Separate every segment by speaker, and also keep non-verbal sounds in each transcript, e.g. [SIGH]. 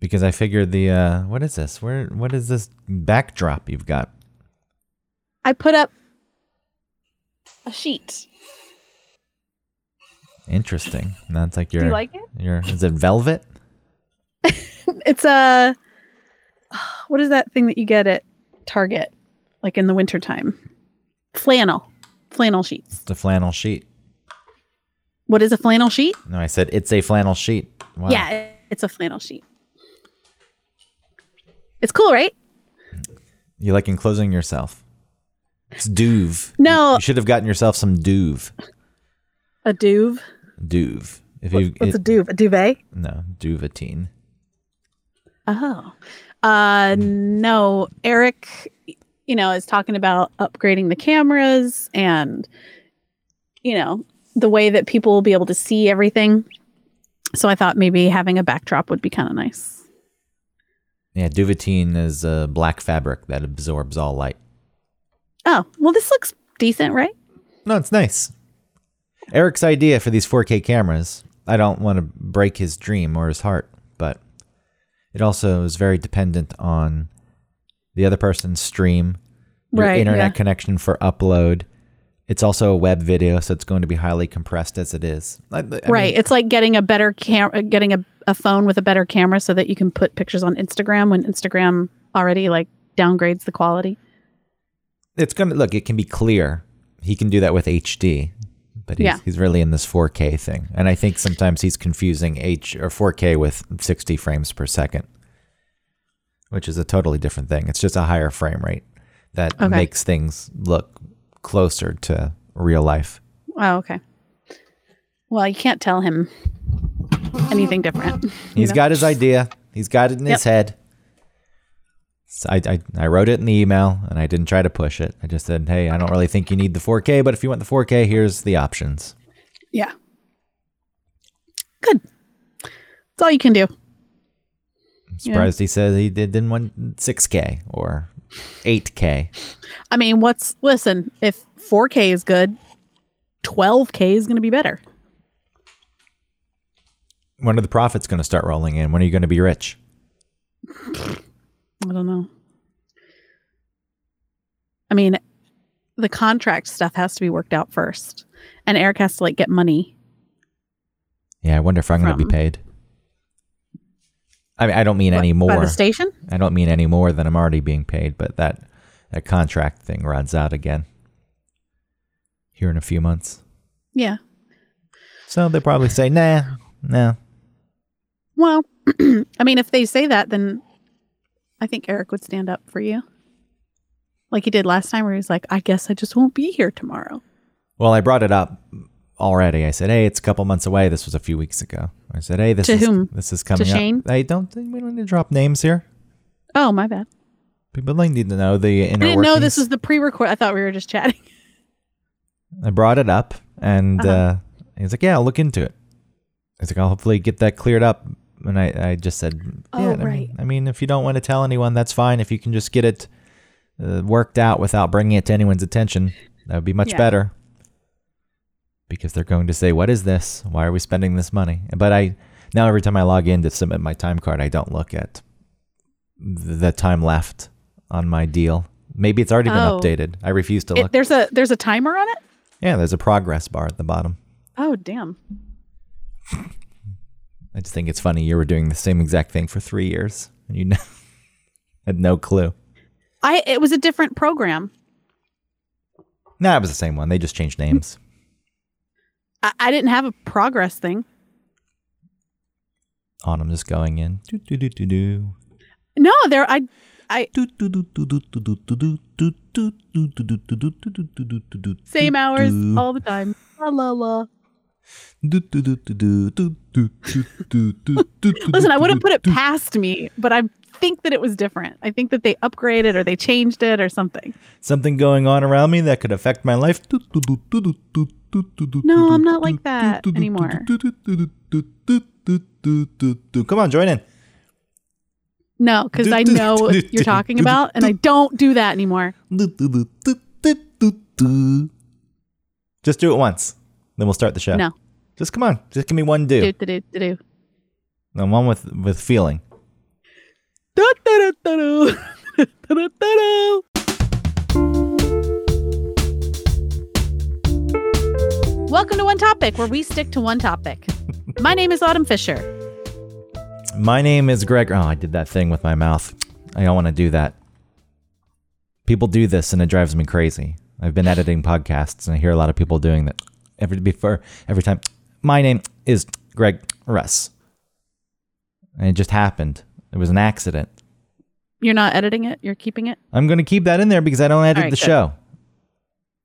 Speaker 1: because I figured the uh, what is this? Where what is this backdrop you've got?
Speaker 2: I put up a sheet.
Speaker 1: Interesting. That's like
Speaker 2: Do
Speaker 1: your
Speaker 2: you like it?
Speaker 1: your is it velvet?
Speaker 2: It's a [SIGHS] what is that thing that you get at Target like in the wintertime? Flannel. Flannel sheets.
Speaker 1: It's a flannel sheet.
Speaker 2: What is a flannel sheet?
Speaker 1: No, I said it's a flannel sheet. Wow.
Speaker 2: Yeah, it- it's a flannel sheet. It's cool, right?
Speaker 1: You like enclosing yourself. It's duve.
Speaker 2: No.
Speaker 1: You should have gotten yourself some duve.
Speaker 2: A duve.
Speaker 1: Duve. If you
Speaker 2: What's a
Speaker 1: it-
Speaker 2: duve? A duvet?
Speaker 1: no, duvetine. Uh-huh.
Speaker 2: Oh. Uh
Speaker 1: Hmm.
Speaker 2: no, Eric you know is talking about upgrading the cameras and you know, the way that people will be able to see everything. So I thought maybe having a backdrop would be kind of nice.
Speaker 1: Yeah, duvetine is a black fabric that absorbs all light.
Speaker 2: Oh, well this looks decent, right?
Speaker 1: No, it's nice. Eric's idea for these 4K cameras. I don't want to break his dream or his heart, but it also is very dependent on the other person's stream, your
Speaker 2: Right,
Speaker 1: internet
Speaker 2: yeah.
Speaker 1: connection for upload. It's also a web video, so it's going to be highly compressed as it is. I- I mean,
Speaker 2: right. it's like getting a better camera getting a, a phone with a better camera so that you can put pictures on Instagram when Instagram already like downgrades the quality.
Speaker 1: it's gonna look. It can be clear. He can do that with HD, but he's,
Speaker 2: Yeah.
Speaker 1: he's really in this 4K thing, and I think sometimes he's confusing H or 4K with 60 frames per second, which is a totally different thing. It's just a higher frame rate that
Speaker 2: Okay.
Speaker 1: makes things look closer to real life.
Speaker 2: Oh, okay. Well, you can't tell him anything different.
Speaker 1: He's got his idea. He's got it in
Speaker 2: Yep.
Speaker 1: his head. So I, I, I wrote it in the email and I didn't try to push it. I just said, hey, I don't really think you need the 4K, but if you want the 4K, here's the options.
Speaker 2: Yeah. Good. That's all you can do.
Speaker 1: I'm
Speaker 2: Yeah.
Speaker 1: surprised he said he did, didn't want 6K or 8K.
Speaker 2: I mean, what's listen, if 4K is good, 12K is going to be better.
Speaker 1: When are the profits going to start rolling in? When are you going to be rich?
Speaker 2: I don't know. I mean, the contract stuff has to be worked out first. And Eric has to like get money.
Speaker 1: Yeah, I wonder if I'm going to
Speaker 2: From-
Speaker 1: be paid. I mean, I don't mean any
Speaker 2: By
Speaker 1: more.
Speaker 2: the station?
Speaker 1: I don't mean any more than I'm already being paid, but that that contract thing runs out again here in a few months.
Speaker 2: Yeah.
Speaker 1: So they probably say, "Nah, nah."
Speaker 2: Well, [CLEARS THROAT] I mean, if they say that, then I think Eric would stand up for you. Like he did last time, where he was like, I guess I just won't be here tomorrow.
Speaker 1: Well, I brought it up already. I said, "Hey, it's a couple months away." This was a few weeks ago. I said, "Hey, this
Speaker 2: To
Speaker 1: is
Speaker 2: whom?
Speaker 1: this is coming up."
Speaker 2: Shane?
Speaker 1: I don't think we don't need to drop names here.
Speaker 2: Oh, my bad.
Speaker 1: People like need to know the
Speaker 2: I
Speaker 1: inner
Speaker 2: didn't know
Speaker 1: workings.
Speaker 2: this was the pre record. I thought we were just chatting.
Speaker 1: I brought it up, and uh
Speaker 2: Uh-huh.
Speaker 1: he's like, "Yeah, I'll look into it." He's like, "I'll hopefully get that cleared up." And I, I just said,
Speaker 2: Oh,
Speaker 1: "Yeah, I
Speaker 2: right.
Speaker 1: mean, I mean, if you don't want to tell anyone, that's fine. If you can just get it uh, worked out without bringing it to anyone's attention, that would be much
Speaker 2: Yeah.
Speaker 1: better." Because they're going to say, "What is this? Why are we spending this money?" But I now every time I log in to submit my time card, I don't look at th- the time left on my deal. Maybe it's already been
Speaker 2: Oh.
Speaker 1: updated. I refuse to
Speaker 2: It-
Speaker 1: look.
Speaker 2: [LAUGHS] there's a there's a timer on it.
Speaker 1: Yeah, there's a progress bar at the bottom.
Speaker 2: Oh, damn.
Speaker 1: I just think it's funny you were doing the same exact thing for three years and you know, had no clue.
Speaker 2: I it was a different program.
Speaker 1: No, it was the same one. They just changed names.
Speaker 2: I, I didn't have a progress thing.
Speaker 1: Autumn just going in. Do do do do do.
Speaker 2: No, there I I
Speaker 1: Do do do do do do do do do do do do do do do do do do do do do.
Speaker 2: same hours
Speaker 1: do.
Speaker 2: all the time. La la la.
Speaker 1: Do do do do do do do do do do do.
Speaker 2: Listen, I wouldn't put it past me, but I think that it was different. I think that they upgraded or they changed it or something.
Speaker 1: Something going on around me that could affect my life. Do do do do do do do do.
Speaker 2: No, I'm not like that anymore.
Speaker 1: Come on, join in.
Speaker 2: No, because I
Speaker 1: [LAUGHS]
Speaker 2: know what you're talking about, and I don't do that anymore.
Speaker 1: Just do it once. Then we'll start the show.
Speaker 2: No.
Speaker 1: Just come on. Just give me one do.
Speaker 2: Do do do do. do.
Speaker 1: And one with with feeling.
Speaker 2: Welcome to One Topic, where we stick to
Speaker 1: [LAUGHS]
Speaker 2: one topic. My name is Autumn Fisher.
Speaker 1: My name is Greg. Oh, I did that thing with my mouth. I don't want to do that. People do this and it drives me crazy. I've been editing podcasts and I hear a lot of people doing that every before every time. My name is Greg Russ. And it just happened. It was an accident.
Speaker 2: You're not editing it, you're keeping it.
Speaker 1: I'm going to keep that in there because I don't edit
Speaker 2: right,
Speaker 1: the
Speaker 2: good.
Speaker 1: show.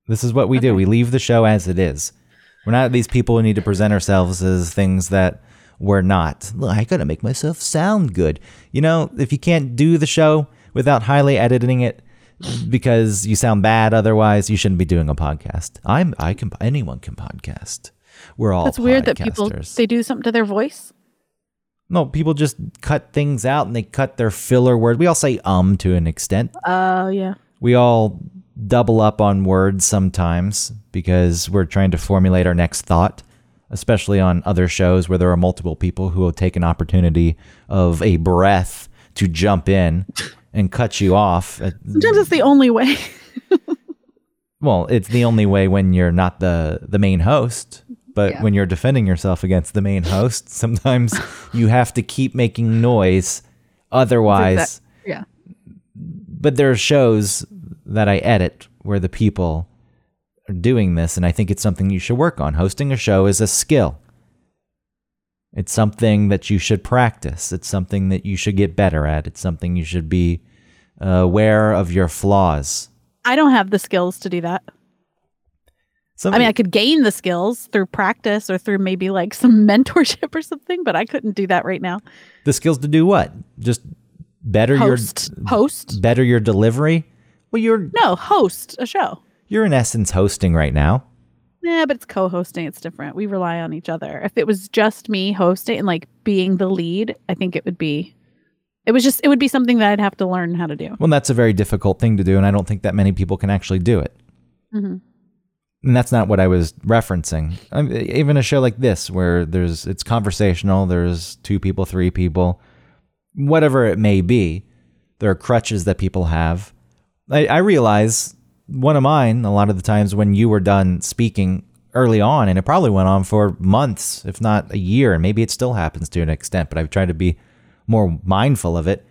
Speaker 1: This is what we do. We leave the show as it is. We're not these people who need to present ourselves as things that we're not. Look, I got to make myself sound good. You know, if you can't do the show without highly editing it because you sound bad otherwise, you shouldn't be doing a podcast. I'm I can anyone can podcast. We're all
Speaker 2: That's weird that people
Speaker 1: podcasters.
Speaker 2: they do something to their voice.
Speaker 1: No, people just cut things out and they cut their filler word. We all say um to an extent.
Speaker 2: Oh yeah.
Speaker 1: We all double up on words sometimes because we're trying to formulate our next thought, especially on other shows where there are multiple people who will take an opportunity of a breath to jump in and cut you off. Uh,
Speaker 2: Sometimes it's the only way.
Speaker 1: Well, it's the only way when you're not the the main host, but
Speaker 2: Yeah.
Speaker 1: when you're defending yourself against the main host, sometimes you have to keep making noise otherwise
Speaker 2: yeah.
Speaker 1: but there are shows that I edit where the people are doing this, and I think it's something you should work on. Hosting a show is a skill. It's something that you should practice. It's something that you should get better at. It's something you should be uh, aware of your flaws.
Speaker 2: I don't have the skills to do that.
Speaker 1: Some,
Speaker 2: I mean, I could gain the skills through practice or through maybe like some [LAUGHS] mentorship or something, but I couldn't do that right now.
Speaker 1: the skills to do what? Just better
Speaker 2: Host, host.
Speaker 1: your better your delivery. Well, you're
Speaker 2: No, host a show.
Speaker 1: you're in essence hosting right now.
Speaker 2: Yeah, but it's co-hosting. It's different. We rely on each other. If it was just me hosting and like being the lead, I think it would be. It was just. It would be something that I'd have to learn how to do.
Speaker 1: Well, that's a very difficult thing to do, and I don't think that many people can actually do it.
Speaker 2: Mhm.
Speaker 1: And that's not what I was referencing. I mean, even a show like this, where there's it's conversational, there's two people, three people, whatever it may be, there are crutches that people have. I, I realize one of mine, a lot of the times when you were done speaking early on, and it probably went on for months, if not a year, and maybe it still happens to an extent, but I've tried to be more mindful of it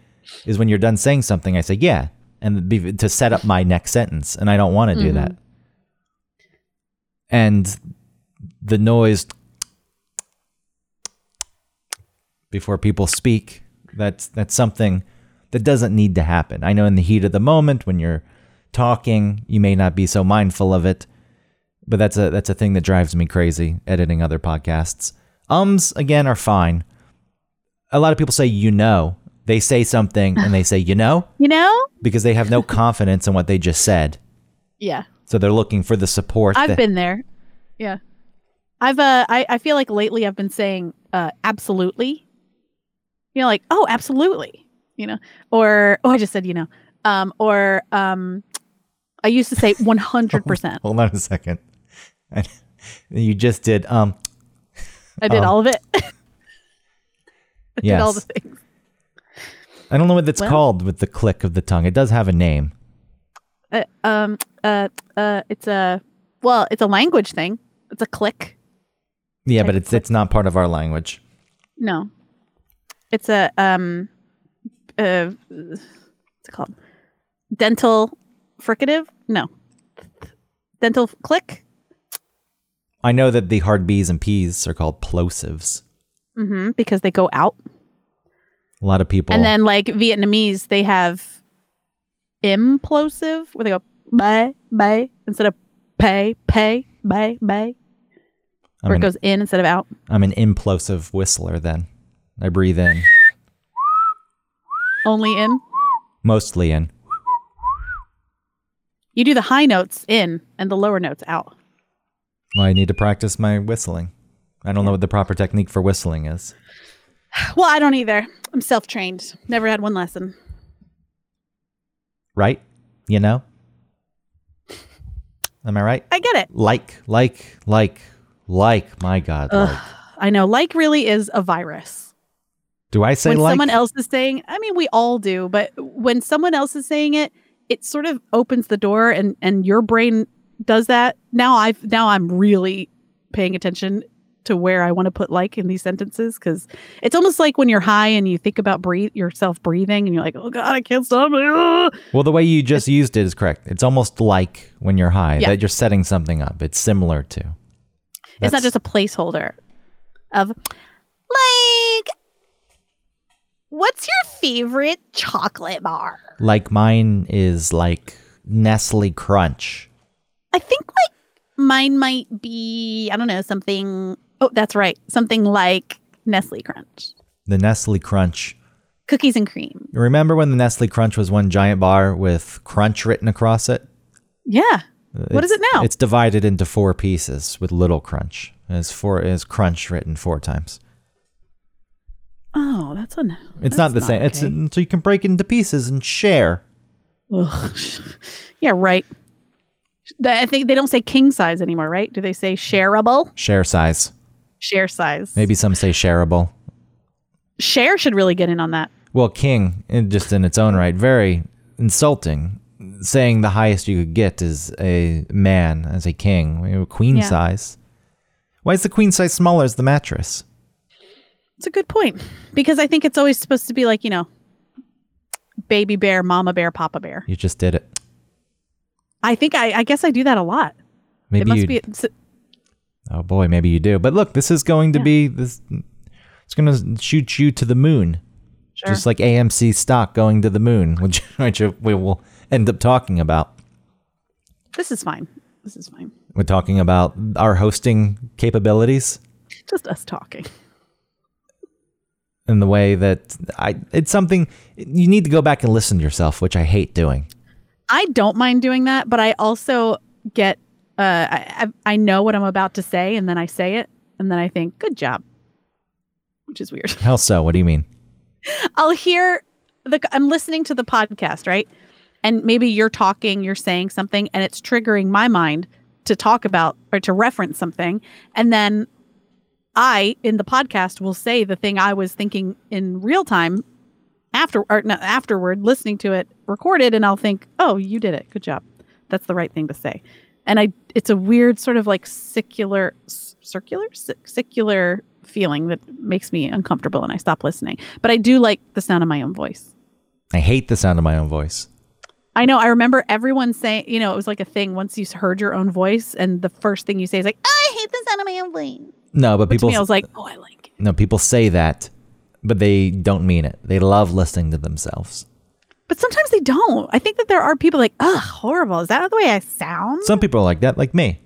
Speaker 1: is when you're done saying something, I say, yeah, and be, to set up my next sentence. And I don't want to do that. And the noise before people speak, that's, that's something that doesn't need to happen. I know in the heat of the moment when you're talking, you may not be so mindful of it, but that's a, that's a thing that drives me crazy editing other podcasts. Ums again are fine a lot of people say you know they say something and they say you know
Speaker 2: You know?
Speaker 1: because they have
Speaker 2: [LAUGHS]
Speaker 1: no confidence in what they just said
Speaker 2: Yeah.
Speaker 1: so they're looking for the support
Speaker 2: I've
Speaker 1: that-
Speaker 2: been there. Yeah. I've uh I, I feel like lately I've been saying uh absolutely. You know, like, oh absolutely, you know, or oh I just said, you know. Um or um I used to say one hundred percent.
Speaker 1: [LAUGHS] hold on a second And you just did um
Speaker 2: I did
Speaker 1: Oh.
Speaker 2: all of it. [LAUGHS] I did all the
Speaker 1: yes
Speaker 2: things.
Speaker 1: i don't know what that's
Speaker 2: Well-
Speaker 1: called with the click of the tongue it does have a name
Speaker 2: Uh, um uh uh it's a well, it's a language thing. It's a click.
Speaker 1: yeah
Speaker 2: Like
Speaker 1: but it's
Speaker 2: click.
Speaker 1: it's not part of our language
Speaker 2: No. It's a um uh what's it called? Dental fricative? No. Dental click?
Speaker 1: i know that the hard b's and p's are called plosives
Speaker 2: Mm-hmm. Because they go out.
Speaker 1: a lot of people
Speaker 2: And then like Vietnamese, they have implosive where they go bay bay instead of pay, pay, bay, bay.
Speaker 1: I'm,
Speaker 2: where
Speaker 1: an,
Speaker 2: it goes in instead of out.
Speaker 1: I'm an implosive whistler then i breathe in
Speaker 2: Only in.
Speaker 1: mostly in
Speaker 2: You do the high notes in and the lower notes out.
Speaker 1: Well, I need to practice my whistling. I don't know what the proper technique for whistling is.
Speaker 2: Well, I don't either. I'm self trained. Never had one lesson.
Speaker 1: Right? You know? Am I right?
Speaker 2: I get it.
Speaker 1: Like, like, like, like. My God.
Speaker 2: Ugh,
Speaker 1: Like.
Speaker 2: I know. Like really is a virus.
Speaker 1: Do I say
Speaker 2: when
Speaker 1: like?
Speaker 2: someone else is saying i mean we all do but when someone else is saying it it sort of opens the door and and your brain does that now i've now i'm really paying attention to where i want to put like in these sentences because it's almost like when you're high and you think about breathe yourself breathing and you're like oh god i can't stop Ugh.
Speaker 1: well, the way you just used it is correct. It's almost like when you're high
Speaker 2: Yeah.
Speaker 1: that you're setting something up. It's similar to.
Speaker 2: it's not
Speaker 1: That's-
Speaker 2: just a placeholder of like what's your favorite chocolate bar
Speaker 1: like mine is like Nestle Crunch.
Speaker 2: I think like mine might be I don't know something. Oh, that's right, something like Nestle Crunch
Speaker 1: The Nestle Crunch.
Speaker 2: cookies and cream.
Speaker 1: Remember when the Nestle Crunch was one giant bar with crunch written across it?
Speaker 2: Yeah. What is it now?
Speaker 1: It's divided into four pieces with little crunch. It's four is crunch written four times.
Speaker 2: Oh, that's on.
Speaker 1: It's not the same. It's so you can break it into pieces and share.
Speaker 2: It's yeah, right. Th- I think they don't say king size anymore, right? Do they say shareable,
Speaker 1: Share size.
Speaker 2: share size?
Speaker 1: Maybe some say shareable.
Speaker 2: share should really get in on that.
Speaker 1: Well, king, in- just in its own right, very insulting. Saying the highest you could get is a man as a king, you know, queen
Speaker 2: Yeah.
Speaker 1: size. Why is the queen size smaller as the mattress?
Speaker 2: It's a good point because I think it's always supposed to be like you know, baby bear, mama bear, papa bear.
Speaker 1: You just did it.
Speaker 2: I think I, I guess I do that a lot.
Speaker 1: Maybe
Speaker 2: it must
Speaker 1: you.
Speaker 2: be it's,
Speaker 1: oh boy, maybe you do. But look, this is going to
Speaker 2: Yeah.
Speaker 1: be this. It's going to shoot you to the moon,
Speaker 2: sure.
Speaker 1: just like AMC stock going to the moon, [LAUGHS] which, which we will end up talking about.
Speaker 2: This is fine. This is fine.
Speaker 1: We're talking about our hosting capabilities.
Speaker 2: Just us talking.
Speaker 1: in the way that I it's something you need to go back and listen to yourself, which I hate doing.
Speaker 2: I don't mind doing that, but I also get uh, I I I know what I'm about to say, and then I say it, and then I think, "Good job," which is weird. [LAUGHS]
Speaker 1: How so? What do you mean?
Speaker 2: I'll hear the I'm listening to the podcast, right? And maybe you're talking, you're saying something, and it's triggering my mind to talk about or to reference something, and then I in the podcast will say the thing I was thinking in real time after or no, afterward, listening to it recorded, and I'll think, "Oh, you did it. Good job. That's the right thing to say." And I, it's a weird sort of like secular, s- circular, Sic- secular feeling that makes me uncomfortable, and I stop listening. But I do like the sound of my own voice.
Speaker 1: I hate the sound of my own voice.
Speaker 2: I know. I remember everyone saying, you know, it was like a thing once you heard your own voice, and the first thing you say is like, "Oh, "I hate the sound of my own voice."
Speaker 1: No, but
Speaker 2: To
Speaker 1: people
Speaker 2: me, I was like, "Oh, I like it."
Speaker 1: no people say that, but they don't mean it. They love listening to themselves.
Speaker 2: But sometimes they don't. I think that there are people like, "Ugh, horrible! Is that the way I sound?"
Speaker 1: Some people are like that, like me.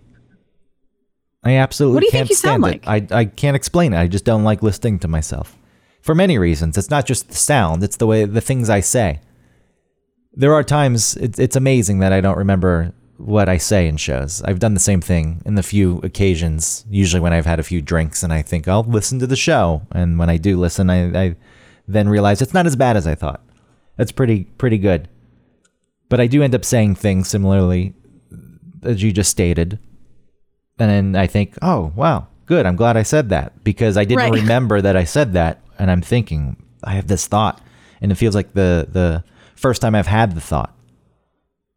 Speaker 1: I absolutely
Speaker 2: What do you
Speaker 1: can't
Speaker 2: think you
Speaker 1: stand
Speaker 2: sound
Speaker 1: it. I I can't explain it. I just don't like listening to myself. For many reasons. It's not just the sound, it's the way the things I say. There are times it's it's amazing that I don't remember what I say in shows. I've done the same thing in the few occasions, usually when I've had a few drinks and I think I'll listen to the show and when I do listen I, I then realize it's not as bad as I thought. That's pretty pretty good. But I do end up saying things similarly as you just stated. And then I think, oh, wow, good. I'm glad I said that because I didn't
Speaker 2: Right. [LAUGHS]
Speaker 1: remember that I said that. And I'm thinking, I have this thought. And it feels like the, the first time I've had the thought.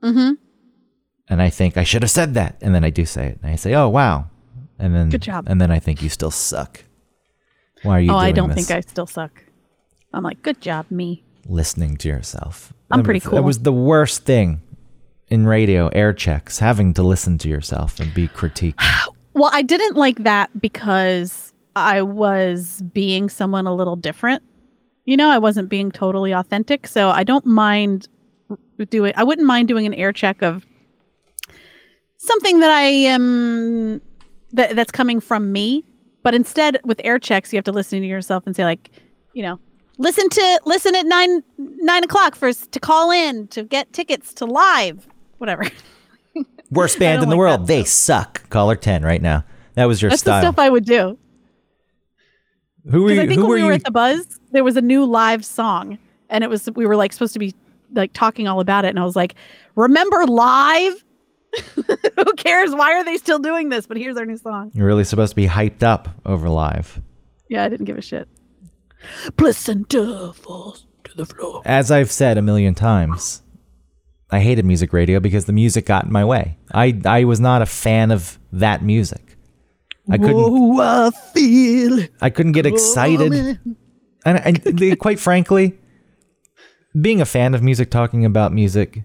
Speaker 2: Mm-hmm.
Speaker 1: And I think, I should have said that. And then I do say it. And I say, oh, wow. And then,
Speaker 2: Good job.
Speaker 1: And then I think, you still suck. Why are you
Speaker 2: Oh,
Speaker 1: doing
Speaker 2: I don't
Speaker 1: this?
Speaker 2: think I still suck. I'm like, "Good job, me."
Speaker 1: listening to yourself.
Speaker 2: I'm
Speaker 1: That
Speaker 2: pretty
Speaker 1: was- That
Speaker 2: cool.
Speaker 1: was the worst thing in radio air checks, having to listen to yourself and be critiqued.
Speaker 2: [SIGHS] Well, I didn't like that because I was being someone a little different. You know, I wasn't being totally authentic. So I don't mind doing, I wouldn't mind doing an air check of something that I am, that, that's coming from me. But instead, with air checks, you have to listen to yourself and say, like, you know, listen to, listen at nine, nine o'clock for, us to call in, to get tickets to live, whatever. [LAUGHS]
Speaker 1: Worst
Speaker 2: I
Speaker 1: band
Speaker 2: don't
Speaker 1: in the
Speaker 2: like
Speaker 1: world.
Speaker 2: that
Speaker 1: They suck. Caller 10 right now. That was your
Speaker 2: That's
Speaker 1: style.
Speaker 2: the stuff I would do.
Speaker 1: who were
Speaker 2: Because
Speaker 1: you?
Speaker 2: I think
Speaker 1: Who
Speaker 2: when
Speaker 1: were
Speaker 2: we were
Speaker 1: you?
Speaker 2: at the Buzz, there was a new live song, and it was we were like supposed to be like talking all about it, and I was like, "Remember live? [LAUGHS] Who cares? Why are they still doing this? But here's our new song."
Speaker 1: You're really supposed to be hyped up over live.
Speaker 2: Yeah, I didn't give a shit. Placenta falls to the floor.
Speaker 1: As I've said a million times, I hated music radio because the music got in my way. I, I was not a fan of that music. I couldn't
Speaker 2: Oh, I feel it
Speaker 1: I couldn't get excited.
Speaker 2: coming.
Speaker 1: And, and the- quite frankly, being a fan of music, talking about music,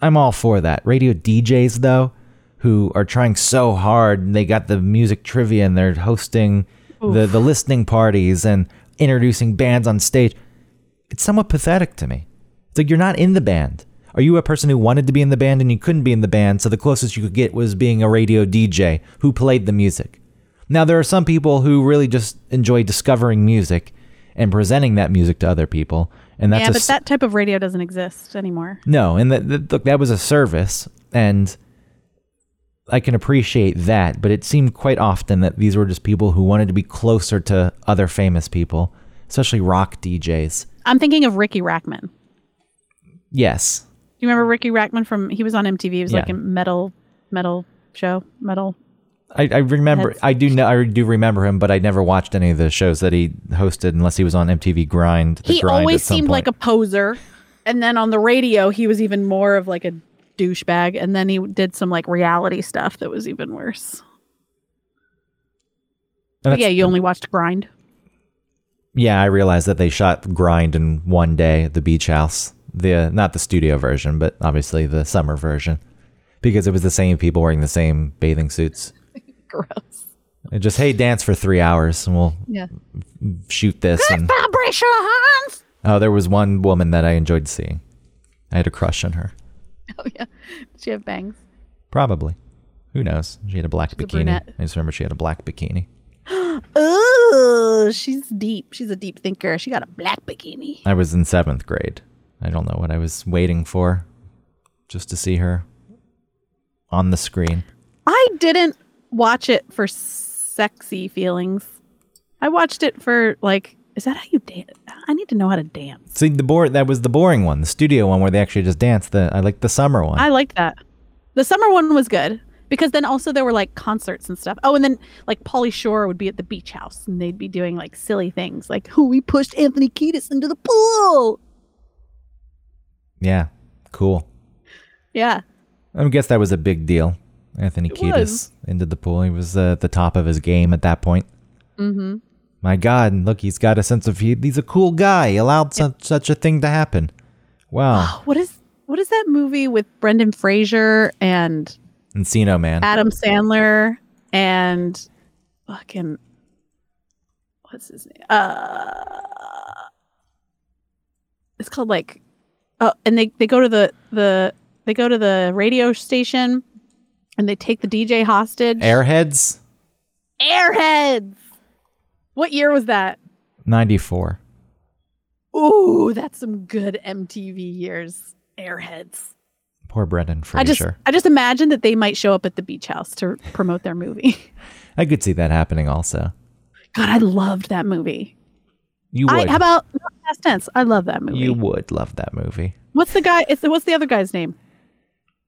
Speaker 1: I'm all for that. Radio DJs, though, who are trying so hard, and they got the music trivia and they're hosting the, the listening parties and introducing bands on stage. It's somewhat pathetic to me. It's like you're not in the band. Are you a person who wanted to be in the band and you couldn't be in the band, so the closest you could get was being a radio DJ who played the music? Now, there are some people who really just enjoy discovering music and presenting that music to other people, and that's
Speaker 2: Yeah,
Speaker 1: a
Speaker 2: but
Speaker 1: s-
Speaker 2: that type of radio doesn't exist anymore.
Speaker 1: no, and that, that look, that was a service, and I can appreciate that. But it seemed quite often that these were just people who wanted to be closer to other famous people, especially rock DJs.
Speaker 2: I'm thinking of Ricky Rackman. Do
Speaker 1: Yes,
Speaker 2: you remember Ricky Rackman from? He was on MTV. He was like
Speaker 1: Yeah.
Speaker 2: a metal, metal show, metal.
Speaker 1: I, I remember. I do know. I do remember him, but I never watched any of the shows that he hosted unless he was on MTV Grind. The
Speaker 2: he
Speaker 1: Grind
Speaker 2: always
Speaker 1: at some
Speaker 2: seemed
Speaker 1: point.
Speaker 2: like a poser and then on the radio he was even more of like a douchebag and then he did some like reality stuff that was even worse
Speaker 1: And
Speaker 2: but
Speaker 1: that's-
Speaker 2: yeah you only watched grind
Speaker 1: Yeah, I realized that they shot Grind in one day at the beach house. The not the studio version, but obviously the summer version, because it was the same people wearing the same bathing suits.
Speaker 2: [LAUGHS] gross
Speaker 1: It just hey, dance for three hours, and we'll
Speaker 2: yeah
Speaker 1: shoot this. And [LAUGHS]
Speaker 2: vibrations
Speaker 1: oh, there was one woman that I enjoyed seeing. I had a crush on her.
Speaker 2: oh yeah did she have bangs
Speaker 1: Probably, who knows? She had a black
Speaker 2: a
Speaker 1: bikini.
Speaker 2: brunette.
Speaker 1: I just remember she had a black bikini.
Speaker 2: oh she's deep she's a deep thinker she got a black bikini
Speaker 1: I was in seventh grade. I don't know what I was waiting for, just to see her on the screen.
Speaker 2: i didn't watch it for sexy feelings i watched it for like is that how you dance i need to know how to dance
Speaker 1: See the board that was the boring one, the studio one where they actually just danced. The I like the summer one.
Speaker 2: I liked that. The summer one was good because then also there were like concerts and stuff. Oh, and then like Polly Shore would be at the beach house and they'd be doing like silly things like who we pushed Anthony Kiedis into the pool.
Speaker 1: yeah, cool.
Speaker 2: Yeah.
Speaker 1: I guess that was a big deal. Anthony Kiedis
Speaker 2: was.
Speaker 1: into the pool. He was uh, at the top of his game at that point.
Speaker 2: Mm-hmm.
Speaker 1: My God, look, he's got a sense of he, he's a cool guy. He allowed such such a thing to happen.
Speaker 2: [GASPS]
Speaker 1: Wow,
Speaker 2: What is what is that movie with Brendan Fraser and
Speaker 1: Encino Man.
Speaker 2: Adam Sandler and fucking what's his name? Uh, it's called like oh, and they they go to the the they go to the radio station and they take the DJ hostage.
Speaker 1: Airheads,
Speaker 2: Airheads. What year was that?
Speaker 1: ninety four.
Speaker 2: Ooh, that's some good MTV years. Airheads.
Speaker 1: Poor Brendan Fraser.
Speaker 2: I just I just imagine that they might show up at the beach house to promote their movie.
Speaker 1: I could see that happening also.
Speaker 2: [LAUGHS] God, I loved that movie.
Speaker 1: You
Speaker 2: I,
Speaker 1: would.
Speaker 2: how about not past tense? I love that movie.
Speaker 1: you would love that movie.
Speaker 2: what's the guy? It's, what's the other guy's name?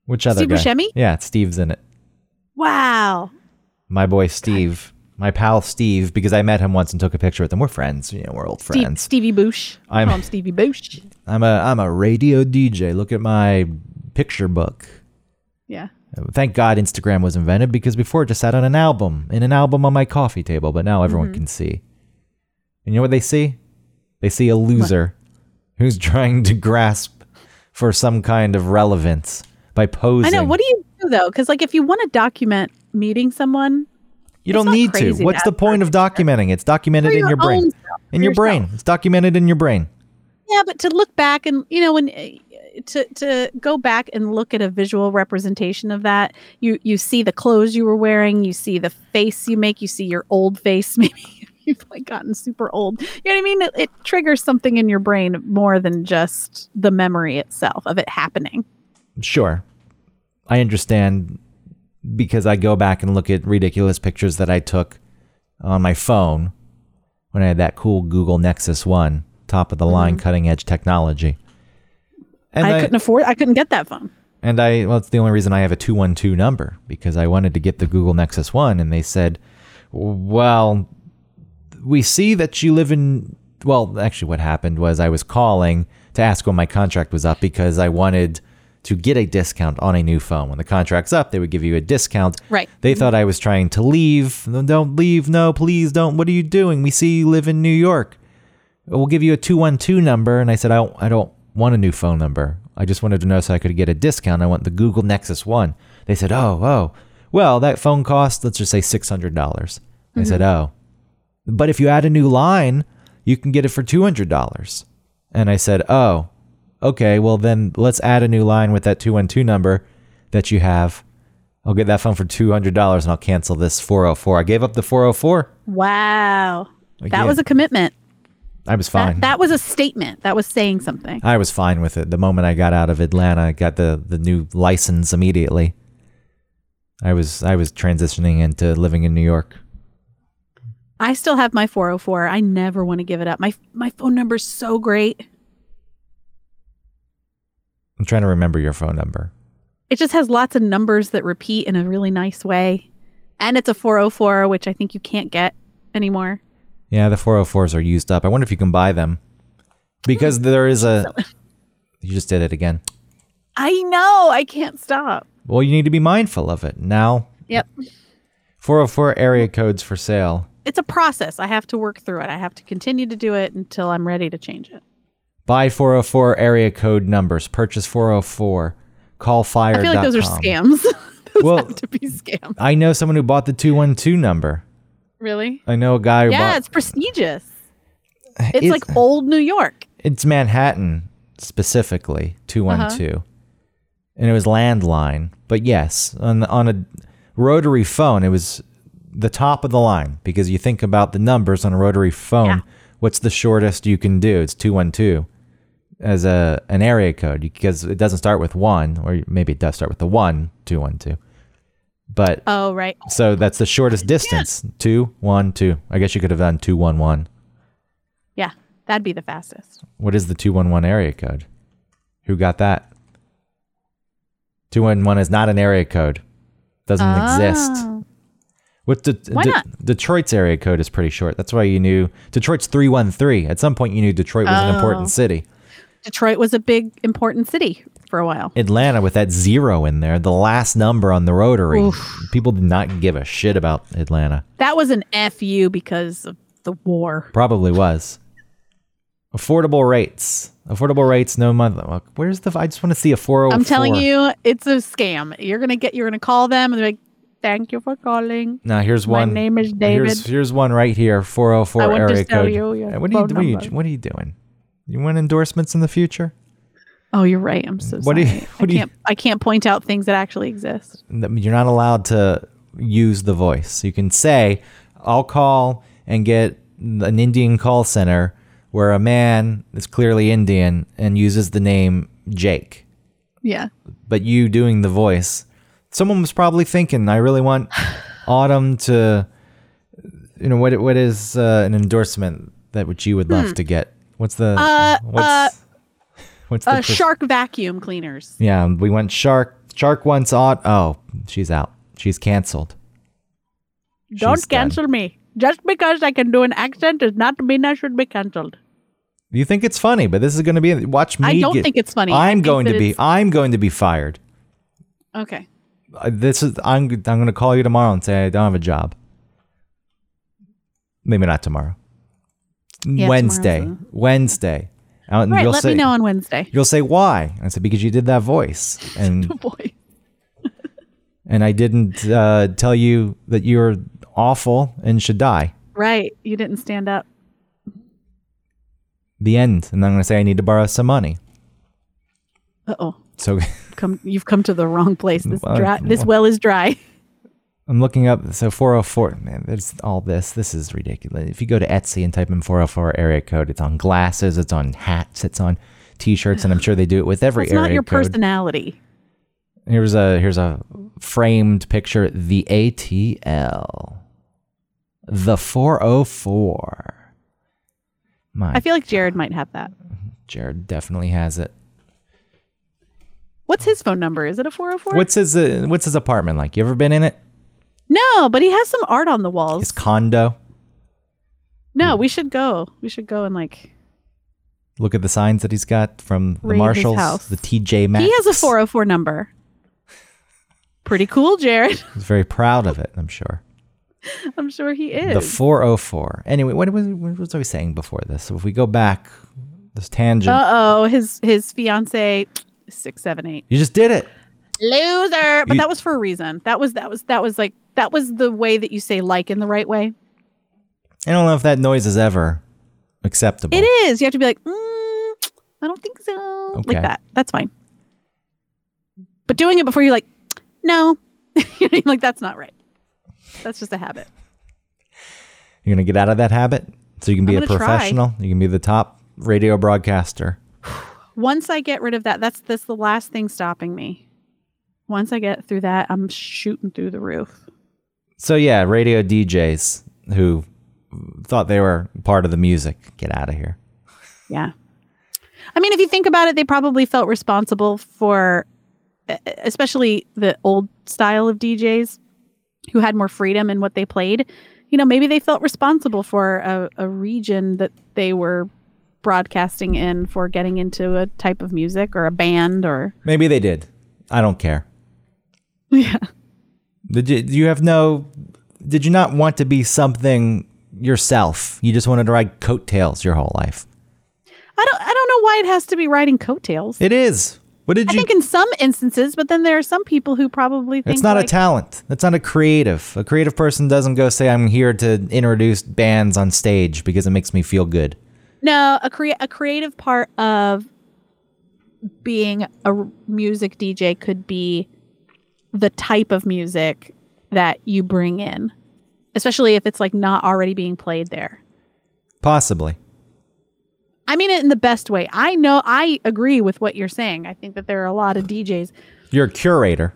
Speaker 1: Which other
Speaker 2: Steve
Speaker 1: guy?
Speaker 2: Buscemi?
Speaker 1: Yeah, Steve's in it.
Speaker 2: Wow.
Speaker 1: my boy Steve, my pal Steve, because I met him once and took a picture with him. We're friends, you know, we're old
Speaker 2: Steve,
Speaker 1: friends.
Speaker 2: Stevie Boosh. i
Speaker 1: I'm-
Speaker 2: Call him Stevie Boosh.
Speaker 1: I'm a I'm a radio DJ. Look at my picture book.
Speaker 2: Yeah.
Speaker 1: Thank God Instagram was invented because before it just sat on an album in an album on my coffee table, but now
Speaker 2: Mm-hmm.
Speaker 1: everyone can see. And you know what they see? They see a loser who's [LAUGHS] trying to grasp for some kind of relevance by posing.
Speaker 2: I know. What do you do though? Because like, if you want to document meeting someone
Speaker 1: You
Speaker 2: It's
Speaker 1: don't
Speaker 2: not
Speaker 1: need to.
Speaker 2: crazy
Speaker 1: What's
Speaker 2: to
Speaker 1: the
Speaker 2: ask
Speaker 1: point of documenting? It's documented
Speaker 2: for
Speaker 1: in your brain.
Speaker 2: own self,
Speaker 1: In
Speaker 2: for
Speaker 1: your
Speaker 2: yourself.
Speaker 1: brain. It's documented in your brain.
Speaker 2: Yeah, but to look back and you know when uh, to to go back and look at a visual representation of that, you you see the clothes you were wearing, you see the face you make, you see your old face [LAUGHS] maybe. You've like gotten super old. You know what I mean? It, it triggers something in your brain more than just the memory itself of it happening.
Speaker 1: Sure. I understand because I go back and look at ridiculous pictures that I took on my phone when I had that cool Google Nexus 1, top of the line cutting edge technology. And
Speaker 2: I, couldn't afford. I couldn't get that phone.
Speaker 1: And I, well, it's the only reason I have a 212 number because I wanted to get the Google Nexus 1. And they said, well, we see that you live in well, actually, what happened was I was calling to ask when my contract was up because I wanted to get a discount on a new phone. When the contract's up, they would give you a discount.
Speaker 2: Right.
Speaker 1: They thought I was trying to leave. No, Don't leave. No, please don't. What are you doing? We see you live in New York. We'll give you a 212 number. And I said, I don't, I don't want a new phone number. I just wanted to know so I could get a discount. I want the Google Nexus 1. They said, Oh, oh, well, that phone cost, let's just say $600. dollars I said, Oh, but if you add a new line, you can get it for $200. And I said, oh, okay, well, then let's add a new line with that 212 number that you have. I'll get that phone for $200 and I'll cancel this 404. I gave up the 404.
Speaker 2: Wow.
Speaker 1: yeah.
Speaker 2: That was a commitment.
Speaker 1: I was fine.
Speaker 2: That, that was a statement. That was saying something.
Speaker 1: I was fine with it. The moment I got out of Atlanta, I got the, the new license immediately. I was I was transitioning into living in New York.
Speaker 2: I still have my 404. I never want to give it up. My my phone number's so great.
Speaker 1: I'm trying to remember your phone number.
Speaker 2: It just has lots of numbers that repeat in a really nice way. And it's a 404, which I think you can't get anymore.
Speaker 1: Yeah, the 404s are used up. I wonder if you can buy them.
Speaker 2: Hmm.
Speaker 1: Because there is a
Speaker 2: [LAUGHS]
Speaker 1: You just did it again.
Speaker 2: I know. I can't stop.
Speaker 1: Well, you need to be mindful of it. Now,
Speaker 2: Yep.
Speaker 1: 404 area codes for sale.
Speaker 2: It's a process. I have to work through it. I have to continue to do it until I'm ready to change it.
Speaker 1: Buy 404 area code numbers. Purchase 404. Call fire.
Speaker 2: I feel like those are scams. [LAUGHS] those
Speaker 1: Well-
Speaker 2: have to be scams.
Speaker 1: I know someone who bought the 212 number.
Speaker 2: Really?
Speaker 1: I know a guy who
Speaker 2: Yeah,
Speaker 1: bought
Speaker 2: it's prestigious. It's,
Speaker 1: It's-
Speaker 2: like old New York.
Speaker 1: it's Manhattan specifically 212.
Speaker 2: Uh-huh.
Speaker 1: And it was landline. But yes, on on a rotary phone it was the top of the line because you think about the numbers on a rotary phone,
Speaker 2: Yeah.
Speaker 1: what's the shortest you can do? It's 212 as a an area code because it doesn't start with 1 or maybe it does start with the 1 212. But
Speaker 2: Oh, right.
Speaker 1: so that's the shortest distance. 212. I guess you could have done 211.
Speaker 2: Yeah, that'd be the fastest.
Speaker 1: What is the 211 area code? Who got that? 211 is not an area code. Doesn't exist.
Speaker 2: Oh.
Speaker 1: What the
Speaker 2: Why
Speaker 1: De-
Speaker 2: not?
Speaker 1: Detroit's area code is pretty short. That's why you knew Detroit's 313. At some point you knew Detroit was an
Speaker 2: Oh.
Speaker 1: important city.
Speaker 2: Detroit was a big, important city for a while.
Speaker 1: Atlanta with that zero in there, the last number on the rotary. People did not give a shit about Atlanta.
Speaker 2: That was an FU because of the war.
Speaker 1: Probably was. Affordable rates. Affordable rates, no month. Where's the? I just want to see a 404.
Speaker 2: I'm telling you, it's a scam. You're gonna get. You're gonna call them, and they're like, "Thank you for calling."
Speaker 1: Now here's
Speaker 2: My
Speaker 1: one.
Speaker 2: name is
Speaker 1: Here's,
Speaker 2: David.
Speaker 1: here's one right here. Four hundred four
Speaker 2: I want to
Speaker 1: area
Speaker 2: sell
Speaker 1: code.
Speaker 2: you your
Speaker 1: Uh, what, are you,
Speaker 2: phone
Speaker 1: what, are you,
Speaker 2: number.
Speaker 1: what are you doing? You want endorsements in the future?
Speaker 2: Oh, you're right. I'm so
Speaker 1: What do
Speaker 2: sorry.
Speaker 1: you-
Speaker 2: I
Speaker 1: what do you-
Speaker 2: can't. I can't point out things that actually exist.
Speaker 1: N- You're not allowed to use the voice. You can say, "I'll call and get an Indian call center where a man is clearly Indian and uses the name Jake."
Speaker 2: Yeah.
Speaker 1: but you doing the voice, someone was probably thinking, I really want Autumn to, you know, what what is uh, an endorsement that which you would love to get? What's the
Speaker 2: Hmm. Uh,
Speaker 1: what's
Speaker 2: uh,
Speaker 1: what's the
Speaker 2: Uh,
Speaker 1: pres-
Speaker 2: shark vacuum cleaners.
Speaker 1: Yeah, we went shark. Shark wants Aut. Oh, she's out. She's canceled.
Speaker 2: Don't
Speaker 1: She's done.
Speaker 2: cancel me. Just because I can do an accent does not mean I should be canceled.
Speaker 1: You think it's funny, but this is going to be watch me.
Speaker 2: I don't
Speaker 1: get-
Speaker 2: think it's funny. I
Speaker 1: I'm
Speaker 2: think
Speaker 1: going
Speaker 2: that
Speaker 1: to be. I'm going to be fired.
Speaker 2: Okay.
Speaker 1: Uh, this is I'm I'm going to call you tomorrow and say I don't have a job. Maybe not tomorrow.
Speaker 2: tomorrow's
Speaker 1: Wednesday.
Speaker 2: a-
Speaker 1: Wednesday. Out and
Speaker 2: Right.
Speaker 1: you'll
Speaker 2: Let
Speaker 1: say,
Speaker 2: me know on [LAUGHS] Wednesday.
Speaker 1: You'll say why? I said because you did that voice
Speaker 2: [LAUGHS]
Speaker 1: and
Speaker 2: Oh, Boy.
Speaker 1: and I didn't uh, tell you that you're awful and should die.
Speaker 2: Right. You didn't stand up.
Speaker 1: The end. And I'm going to say I need to borrow some money.
Speaker 2: Uh oh.
Speaker 1: So
Speaker 2: Come you've come to the wrong place. This
Speaker 1: Well,
Speaker 2: dry, this well is dry.
Speaker 1: I'm looking up so 404 man there's all this this is ridiculous if you go to Etsy and type in 404 area code it's on glasses it's on hats it's on t-shirts and I'm sure they do it with every
Speaker 2: It's
Speaker 1: area
Speaker 2: not your
Speaker 1: code
Speaker 2: personality.
Speaker 1: here's a here's a framed picture the ATL the 404 my
Speaker 2: I feel like Jared might have that.
Speaker 1: Jared definitely has it
Speaker 2: What's his phone number? Is it a 404?
Speaker 1: what's his uh, what's his apartment like you ever been in it
Speaker 2: No, but he has some art on the walls.
Speaker 1: his condo
Speaker 2: No, we should go. We should go and like.
Speaker 1: Look at the signs that he's got from the
Speaker 2: Read his
Speaker 1: Marshalls,
Speaker 2: house.
Speaker 1: the TJ Maxx.
Speaker 2: He has a 404 number. Pretty cool, Jared. [LAUGHS]
Speaker 1: He's very proud of it, I'm sure.
Speaker 2: I'm sure he is.
Speaker 1: The 404. Anyway, what was, what was I was saying before this? So if we go back, this tangent,
Speaker 2: Uh oh, his his fiance six seven eight
Speaker 1: you just did it.
Speaker 2: loser. But
Speaker 1: You-
Speaker 2: that was for a reason. That was that was that was like that was the way that you say like in the right way.
Speaker 1: I don't know if that noise is ever acceptable.
Speaker 2: It is. You have to be like, mm, I don't think so.
Speaker 1: Okay.
Speaker 2: Like that. That's fine. But doing it before you're like, no, [LAUGHS] You're like that's not right. That's just a habit.
Speaker 1: You're going to get out of that habit so you can be
Speaker 2: I'm
Speaker 1: a
Speaker 2: gonna try.
Speaker 1: professional. You can be the top radio broadcaster.
Speaker 2: Once I get rid of that, that's that's the last thing stopping me. Once I get through that, I'm shooting through the roof.
Speaker 1: So yeah, radio DJs who thought they were part of the music, get out of here.
Speaker 2: Yeah. I mean, if you think about it, they probably felt responsible for, e- especially the old style of DJs who had more freedom in what they played. You know, maybe they felt responsible for a, a region that they were broadcasting in for getting into a type of music or a band or.
Speaker 1: Maybe they did. I don't care.
Speaker 2: [LAUGHS] Yeah.
Speaker 1: Did you, you have no? Did you not want to be something yourself? You just wanted to ride coattails your whole life.
Speaker 2: I don't, I don't know why it has to be riding coattails.
Speaker 1: It is. What did
Speaker 2: I
Speaker 1: you?
Speaker 2: think in some instances, but then there are some people who probably think
Speaker 1: it's not
Speaker 2: like,
Speaker 1: a talent. That's not a creative. A creative person doesn't go say, "I'm here to introduce bands on stage because it makes me feel good."
Speaker 2: No, a crea- a creative part of being a r- music DJ could be the type of music that you bring in, especially if it's like not already being played there.
Speaker 1: Possibly.
Speaker 2: I mean it in the best way. I know I agree with what you're saying. I think that there are a lot of DJs.
Speaker 1: You're a curator,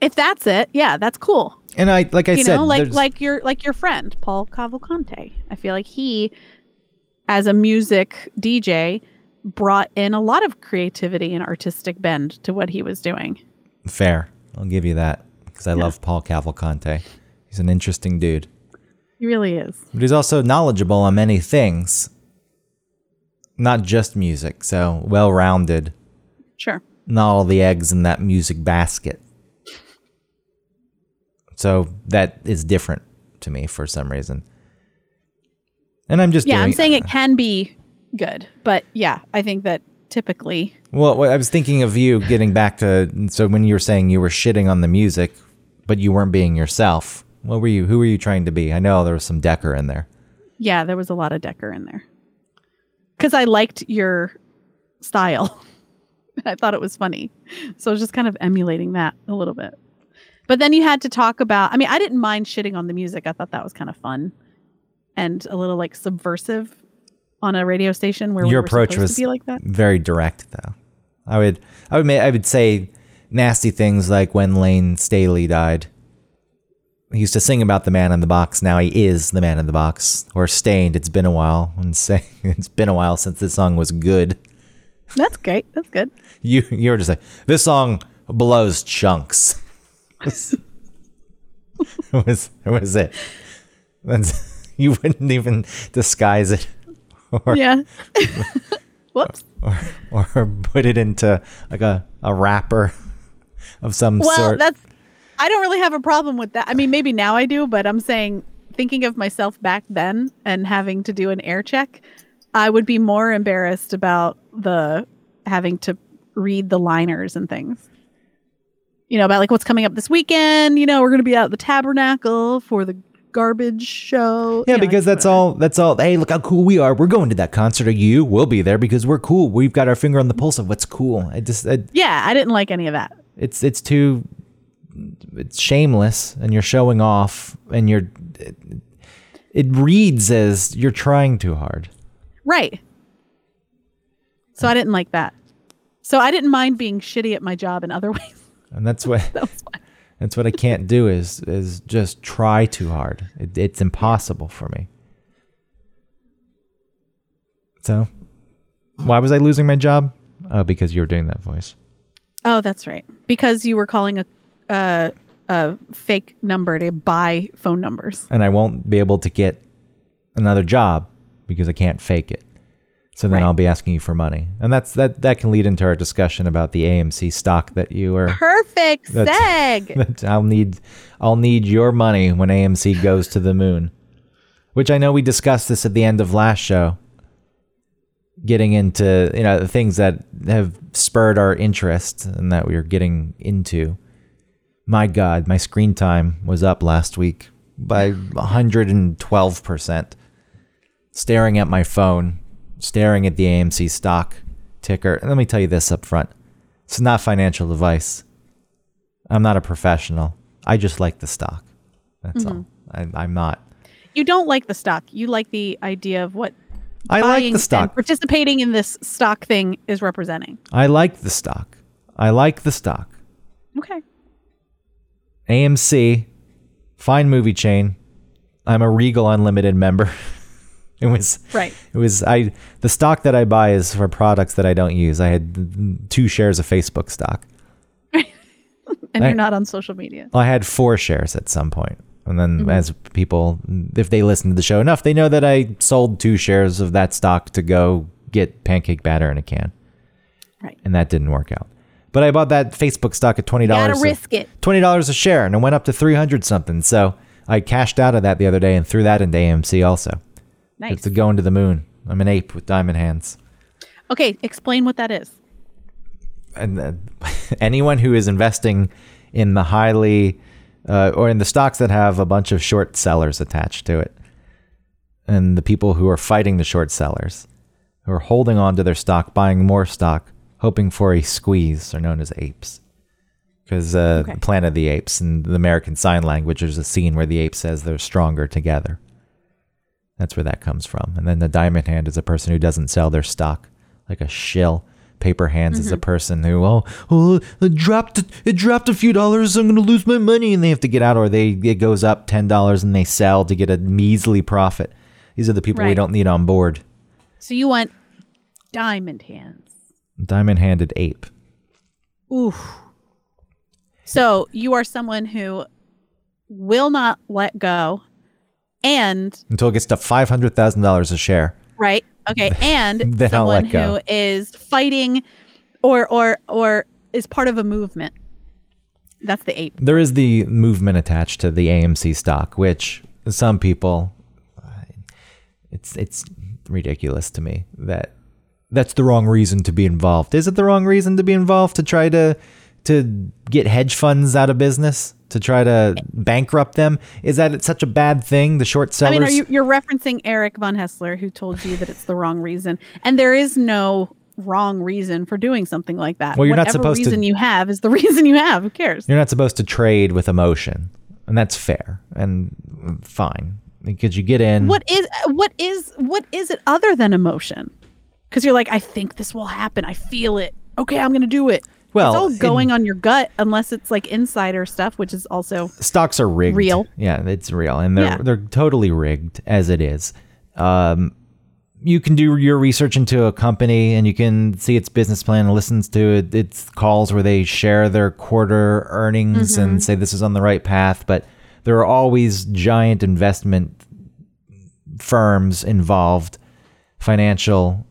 Speaker 2: If that's it, yeah, that's cool.
Speaker 1: and I like I
Speaker 2: you
Speaker 1: said,
Speaker 2: know, like
Speaker 1: there's-
Speaker 2: like your like your friend Paul Cavalcante. I feel like he, as a music DJ, brought in a lot of creativity and artistic bend to what he was doing.
Speaker 1: Fair. I'll give you that because I love Paul Cavalcante. He's an interesting dude,
Speaker 2: He really is.
Speaker 1: but he's also knowledgeable on many things, not just music. So well rounded,
Speaker 2: Sure.
Speaker 1: not all the eggs in that music basket. So that is different to me for some reason. And I'm just
Speaker 2: Yeah, I'm
Speaker 1: doing-
Speaker 2: saying it can be good, but yeah, I think that typically
Speaker 1: Well, what- I was thinking of you getting back to so when you were saying you were shitting on the music, but you weren't being yourself. What were you? Who were you trying to be? I know there was some Decker in there.
Speaker 2: Yeah, there was a lot of Decker in there. Because I liked your style. [LAUGHS] I thought it was funny. So I was just kind of emulating that a little bit. But then you had to talk about, I mean, I didn't mind shitting on the music. I thought that was kind of fun and a little like subversive on a radio station where we
Speaker 1: Your
Speaker 2: were
Speaker 1: approach
Speaker 2: supposed
Speaker 1: was-
Speaker 2: to be like that.
Speaker 1: Very direct though. I would, I would, ma- I would say nasty things like when Lane Staley died. He used to sing about the man in the box. Now he is the man in the box. Or stained. It's been a while. [LAUGHS] And say it's been a while since this song was good.
Speaker 2: That's great. That's good.
Speaker 1: You you were just like this song blows chunks. [LAUGHS] was was it? [LAUGHS] That's, you wouldn't even disguise it [LAUGHS] or,
Speaker 2: Yeah. Whoops.
Speaker 1: or or [LAUGHS] put it into like a a wrapper [LAUGHS] of some
Speaker 2: Well,
Speaker 1: sort.
Speaker 2: that's I don't really have a problem with that. I mean, maybe now I do, but I'm saying thinking of myself back then and having to do an air check, I would be more embarrassed about the having to read the liners and things. You know, about like what's coming up this weekend, you know, we're going to be out at the Tabernacle for the garbage show.
Speaker 1: yeah,
Speaker 2: you know,
Speaker 1: because
Speaker 2: like,
Speaker 1: that's all. That's all. Hey, look how cool we are. We're going to that concert. Or you will be there because we're cool. We've got our finger on the pulse of what's cool. I just, I,
Speaker 2: Yeah, I didn't like any of that.
Speaker 1: it's it's too it's shameless and you're showing off and you're it, it reads as you're trying too hard
Speaker 2: Right. So I didn't like that. So I didn't mind being shitty at my job in other [LAUGHS] ways.
Speaker 1: and that's what
Speaker 2: That was fine.
Speaker 1: that's what I can't do is is just try too hard it, it's impossible for me so why was I losing my job oh because you were doing that voice
Speaker 2: Oh, that's right. Because you were calling a uh, a fake number to buy phone numbers.
Speaker 1: and I won't be able to get another job because I can't fake it. So then
Speaker 2: Right.
Speaker 1: I'll be asking you for money. And that's that that can lead into our discussion about the AMC stock that you are
Speaker 2: Perfect
Speaker 1: That's-
Speaker 2: seg.
Speaker 1: [LAUGHS] that I'll need I'll need your money when AMC goes to the moon. Which I know we discussed this at the end of last show. Getting into, you know, the things that have spurred our interest and that we are getting into. My god, my screen time was up last week by 112%. Staring at my phone, staring at the AMC stock ticker. And let me tell you this up front. It's not financial advice. I'm not a professional. I just like the stock. That's all. I, I'm not.
Speaker 2: you don't like the stock. You like the idea of what
Speaker 1: I like
Speaker 2: buying
Speaker 1: the
Speaker 2: and
Speaker 1: stock.
Speaker 2: participating in this stock thing is representing.
Speaker 1: I like the stock. I like the stock.
Speaker 2: Okay.
Speaker 1: AMC, fine movie chain. I'm a Regal Unlimited member. [LAUGHS] it was
Speaker 2: Right.
Speaker 1: It was I. The stock that I buy is for products that I don't use. I had two shares of Facebook stock.
Speaker 2: And
Speaker 1: Right.
Speaker 2: you're not on social media.
Speaker 1: I had four shares at some point. And then,
Speaker 2: Mm-hmm.
Speaker 1: as people, if they listen to the show enough, they know that I sold two shares of that stock to go get pancake batter in a can.
Speaker 2: Right.
Speaker 1: And that didn't work out. But I bought that Facebook stock at $20.
Speaker 2: Gotta
Speaker 1: a-
Speaker 2: risk it.
Speaker 1: $20 a share, and it went up to 300 something. So I cashed out of that the other day and threw that into AMC also.
Speaker 2: Nice.
Speaker 1: It's going to the moon. I'm an ape with diamond hands.
Speaker 2: Okay, explain what that is.
Speaker 1: and [LAUGHS] uh, anyone who is investing in the highly uh, or in the stocks that have a bunch of short sellers attached to it, and the people who are fighting the short sellers, who are holding on to their stock, buying more stock, hoping for a squeeze, are known as apes. Because uh,
Speaker 2: Okay.
Speaker 1: the Planet of the Apes and the American Sign Language, there's a scene where the ape says they're stronger together. That's where that comes from. And then the diamond hand is a person who doesn't sell their stock like a shill. Paper hands is a person who oh, oh it dropped it dropped a few dollars. I'm gonna lose my money, and they have to get out, or they it goes up ten dollars and they sell to get a measly profit. These are the people we
Speaker 2: Right.
Speaker 1: don't need on board.
Speaker 2: So you want diamond hands.
Speaker 1: Diamond handed ape.
Speaker 2: Oof. So you are someone who will not let go and
Speaker 1: Until it gets to five hundred thousand dollars a share.
Speaker 2: right okay
Speaker 1: [LAUGHS]
Speaker 2: and
Speaker 1: Then I'll
Speaker 2: someone
Speaker 1: let go.
Speaker 2: who is fighting or or or is part of a movement. That's the ape.
Speaker 1: There is the movement attached to the AMC stock, which some people it's it's ridiculous to me that that's the wrong reason to be involved. Is it the wrong reason to be involved to try to to get hedge funds out of business, to try to bankrupt them? Is that such a bad thing? The short
Speaker 2: I
Speaker 1: sellers
Speaker 2: mean, are you, you're referencing Eric von Hessler, who told you that it's the wrong reason, and there is no wrong reason for doing something like that.
Speaker 1: Well, you're not
Speaker 2: Whatever
Speaker 1: supposed to-
Speaker 2: reason you have is the [LAUGHS] reason you have. Who cares?
Speaker 1: You're not supposed to trade with emotion, and that's fair and fine because you get in.
Speaker 2: What is what is what is it other than emotion? Because you're like, I think this will happen. I feel it. Okay, I'm gonna do it.
Speaker 1: Well,
Speaker 2: it's all
Speaker 1: in-
Speaker 2: going on your gut, unless it's like insider stuff, which is also
Speaker 1: stocks are rigged.
Speaker 2: Real.
Speaker 1: Yeah, it's real, and they're
Speaker 2: Yeah.
Speaker 1: they're totally rigged as it is. Um, you can do your research into a company, and you can see its business plan, and listens to it, its calls where they share their quarter earnings
Speaker 2: Mm-hmm.
Speaker 1: and say this is on the right path. But there are always giant investment firms involved, financial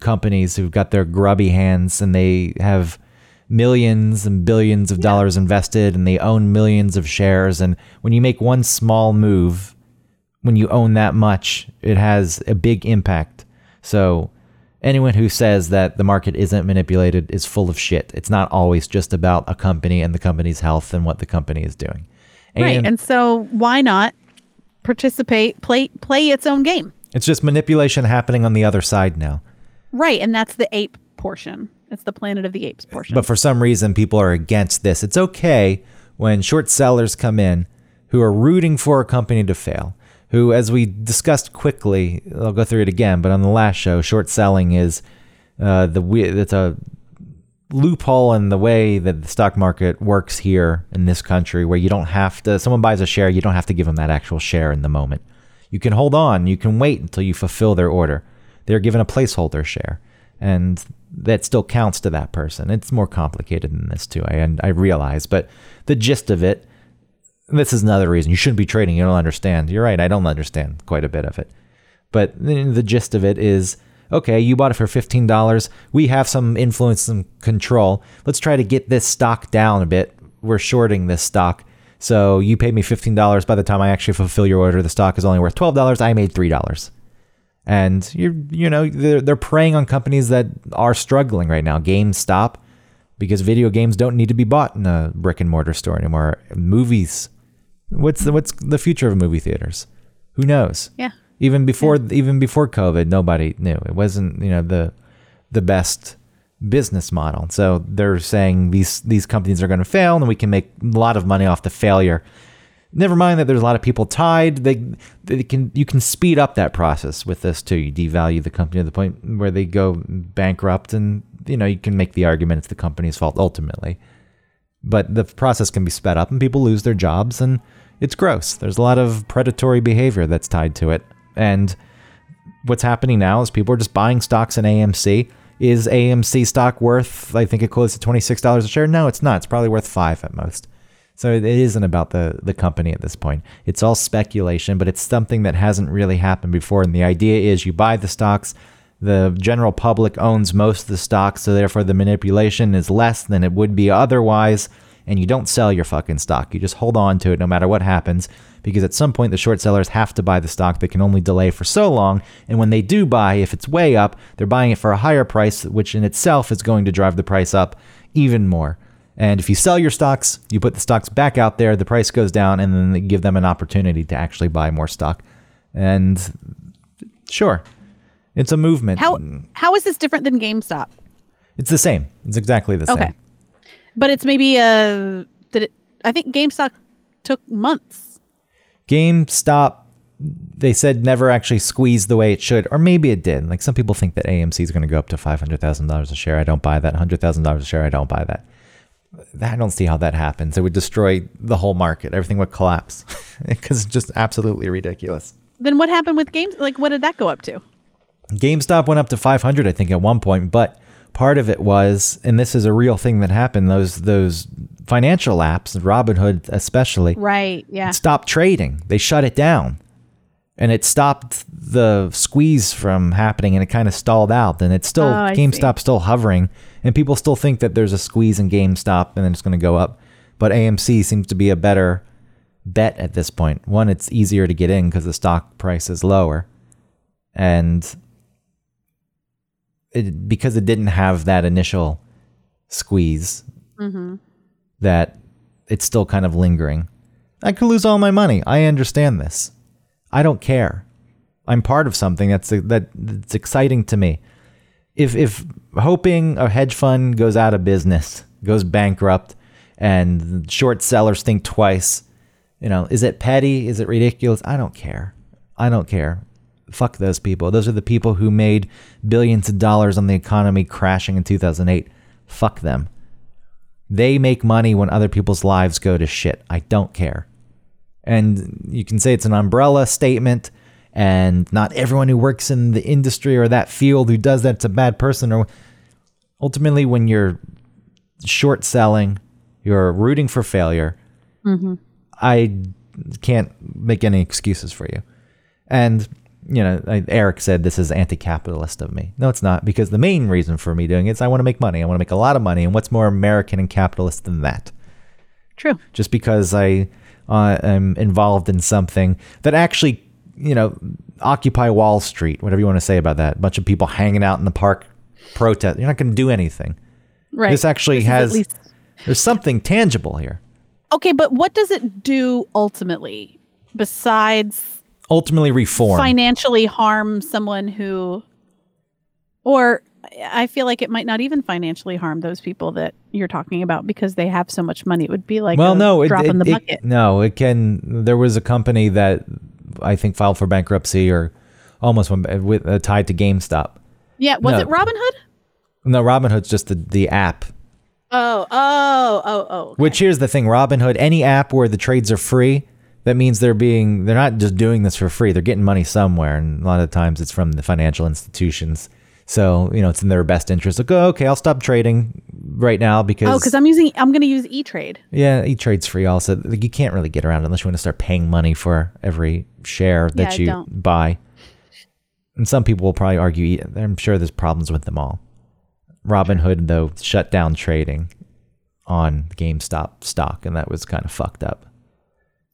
Speaker 1: companies who've got their grubby hands and they have millions and billions of dollars invested and they own millions of shares. And when you make one small move, when you own that much, it has a big impact. So, anyone who says that the market isn't manipulated is full of shit. It's not always just about a company and the company's health and what the company is doing.
Speaker 2: right. And so, why not participate? Play play its own game.
Speaker 1: it's just manipulation happening on the other side now.
Speaker 2: Right, and that's the ape portion. It's the Planet of the Apes portion.
Speaker 1: But for some reason, people are against this. It's okay when short sellers come in who are rooting for a company to fail. Who, as we discussed quickly, I'll go through it again, but on the last show, short selling is uh, the we- it's a loophole in the way that the stock market works here in this country, where you don't have to. Someone buys a share, you don't have to give them that actual share in the moment. You can hold on. You can wait until you fulfill their order. They're given a placeholder share, and that still counts to that person. It's more complicated than this too. I and I realize, but the gist of it. This is another reason you shouldn't be trading. You don't understand. You're right. I don't understand quite a bit of it. But the the gist of it is okay, you bought it for $15. We have some influence and control. Let's try to get this stock down a bit. We're shorting this stock. So you paid me $15. By the time I actually fulfill your order, the stock is only worth $12. I made $3. And you're, you know, they're, they're preying on companies that are struggling right now. GameStop, because video games don't need to be bought in a brick and mortar store anymore. Movies. What's the, what's the future of movie theaters? Who knows?
Speaker 2: Yeah.
Speaker 1: even before even before COVID, nobody knew. It wasn't you know the the best business model. So they're saying these these companies are going to fail, and we can make a lot of money off the failure. Never mind that there's a lot of people tied. They, they can you can speed up that process with this too. You devalue the company to the point where they go bankrupt, and you know you can make the argument it's the company's fault ultimately. But the process can be sped up, and people lose their jobs, and it's gross. There's a lot of predatory behavior that's tied to it, and what's happening now is people are just buying stocks in AMC. Is AMC stock worth? I think it closed at twenty six dollars a share. No, it's not. It's probably worth five at most. So it isn't about the the company at this point. It's all speculation, but it's something that hasn't really happened before. And the idea is you buy the stocks. The general public owns most of the stocks, so therefore the manipulation is less than it would be otherwise. And you don't sell your fucking stock. You just hold on to it no matter what happens, because at some point the short sellers have to buy the stock. They can only delay for so long. And when they do buy, if it's way up, they're buying it for a higher price, which in itself is going to drive the price up even more. And if you sell your stocks, you put the stocks back out there, the price goes down, and then they give them an opportunity to actually buy more stock. And sure, it's a movement.
Speaker 2: How how is this different than GameStop?
Speaker 1: It's the same. It's exactly the
Speaker 2: Okay.
Speaker 1: same.
Speaker 2: But it's maybe uh did it I think GameStop took months.
Speaker 1: GameStop, they said never actually squeezed the way it should, or maybe it did. Like some people think that AMC is going to go up to five hundred thousand dollars a share. I don't buy that. Hundred thousand dollars a share. I don't buy that. I don't see how that happens. It would destroy the whole market. Everything would collapse [LAUGHS] because it's just absolutely ridiculous.
Speaker 2: Then what happened with games like what did that go up to?
Speaker 1: GameStop went up to 500, I think, at one point, but part of it was, and this is a real thing that happened. Those those financial apps, Robinhood especially,
Speaker 2: Right, yeah.
Speaker 1: stopped trading. They shut it down, and it stopped the squeeze from happening, and it kind of stalled out. And it's still
Speaker 2: Oh, I see.
Speaker 1: GameStop still hovering, and people still think that there's a squeeze in GameStop, and then it's going to go up. But AMC seems to be a better bet at this point. One, it's easier to get in because the stock price is lower, and it, because it didn't have that initial squeeze
Speaker 2: Mm-hmm.
Speaker 1: that it's still kind of lingering. I could lose all my money. I understand this. I don't care. I'm part of something that's that that's exciting to me. If if hoping a hedge fund goes out of business, goes bankrupt, and short sellers think twice, you know, is it petty? Is it ridiculous? I don't care. I don't care. Fuck those people. Those are the people who made billions of dollars on the economy crashing in 2008. Fuck them. They make money when other people's lives go to shit. I don't care. And you can say it's an umbrella statement, and not everyone who works in the industry or that field who does that's a bad person. Or ultimately, when you're short selling, you're rooting for failure. I can't make any excuses for you. And you know, I- Eric said this is anti-capitalist of me. No, it's not, because the main reason for me doing it is I want to make money. I want to make a lot of money. And what's more American and capitalist than that?
Speaker 2: True.
Speaker 1: just because I uh, am involved in something that actually, you know, occupy Wall Street, whatever you want to say about that. A bunch of people hanging out in the park, protest. You're not going to do anything.
Speaker 2: Right.
Speaker 1: This actually
Speaker 2: is at
Speaker 1: has
Speaker 2: least-
Speaker 1: there's something tangible here.
Speaker 2: Okay, but what does it do ultimately besides
Speaker 1: Ultimately, reform.
Speaker 2: financially harm someone who or I feel like it might not even financially harm those people that you're talking about because they have so much money. It would be like
Speaker 1: well,
Speaker 2: a
Speaker 1: no, it,
Speaker 2: drop
Speaker 1: it-
Speaker 2: in the
Speaker 1: it-
Speaker 2: bucket.
Speaker 1: no, it can. There was a company that I think filed for bankruptcy or almost went, with uh, tied to GameStop.
Speaker 2: Yeah, was
Speaker 1: no.
Speaker 2: it Robin Hood?
Speaker 1: No, Robinhood's just the, the app
Speaker 2: Oh, oh, oh, oh. okay.
Speaker 1: Which here's the thing, Robinhood, any app where the trades are free, that means they're being they're not just doing this for free. They're getting money somewhere, and a lot of times it's from the financial institutions. So you know it's in their best interest. Like, oh, okay, I'll stop trading right now because
Speaker 2: Oh, because I'm using I'm going to use E Trade.
Speaker 1: yeah, E Trade's free. Also, like, you can't really get around it unless you want to start paying money for every share that
Speaker 2: I
Speaker 1: you
Speaker 2: don't.
Speaker 1: buy. and some people will probably argue i'm sure there's problems with them all robinhood though shut down trading on gamestop stock and that was kind of fucked up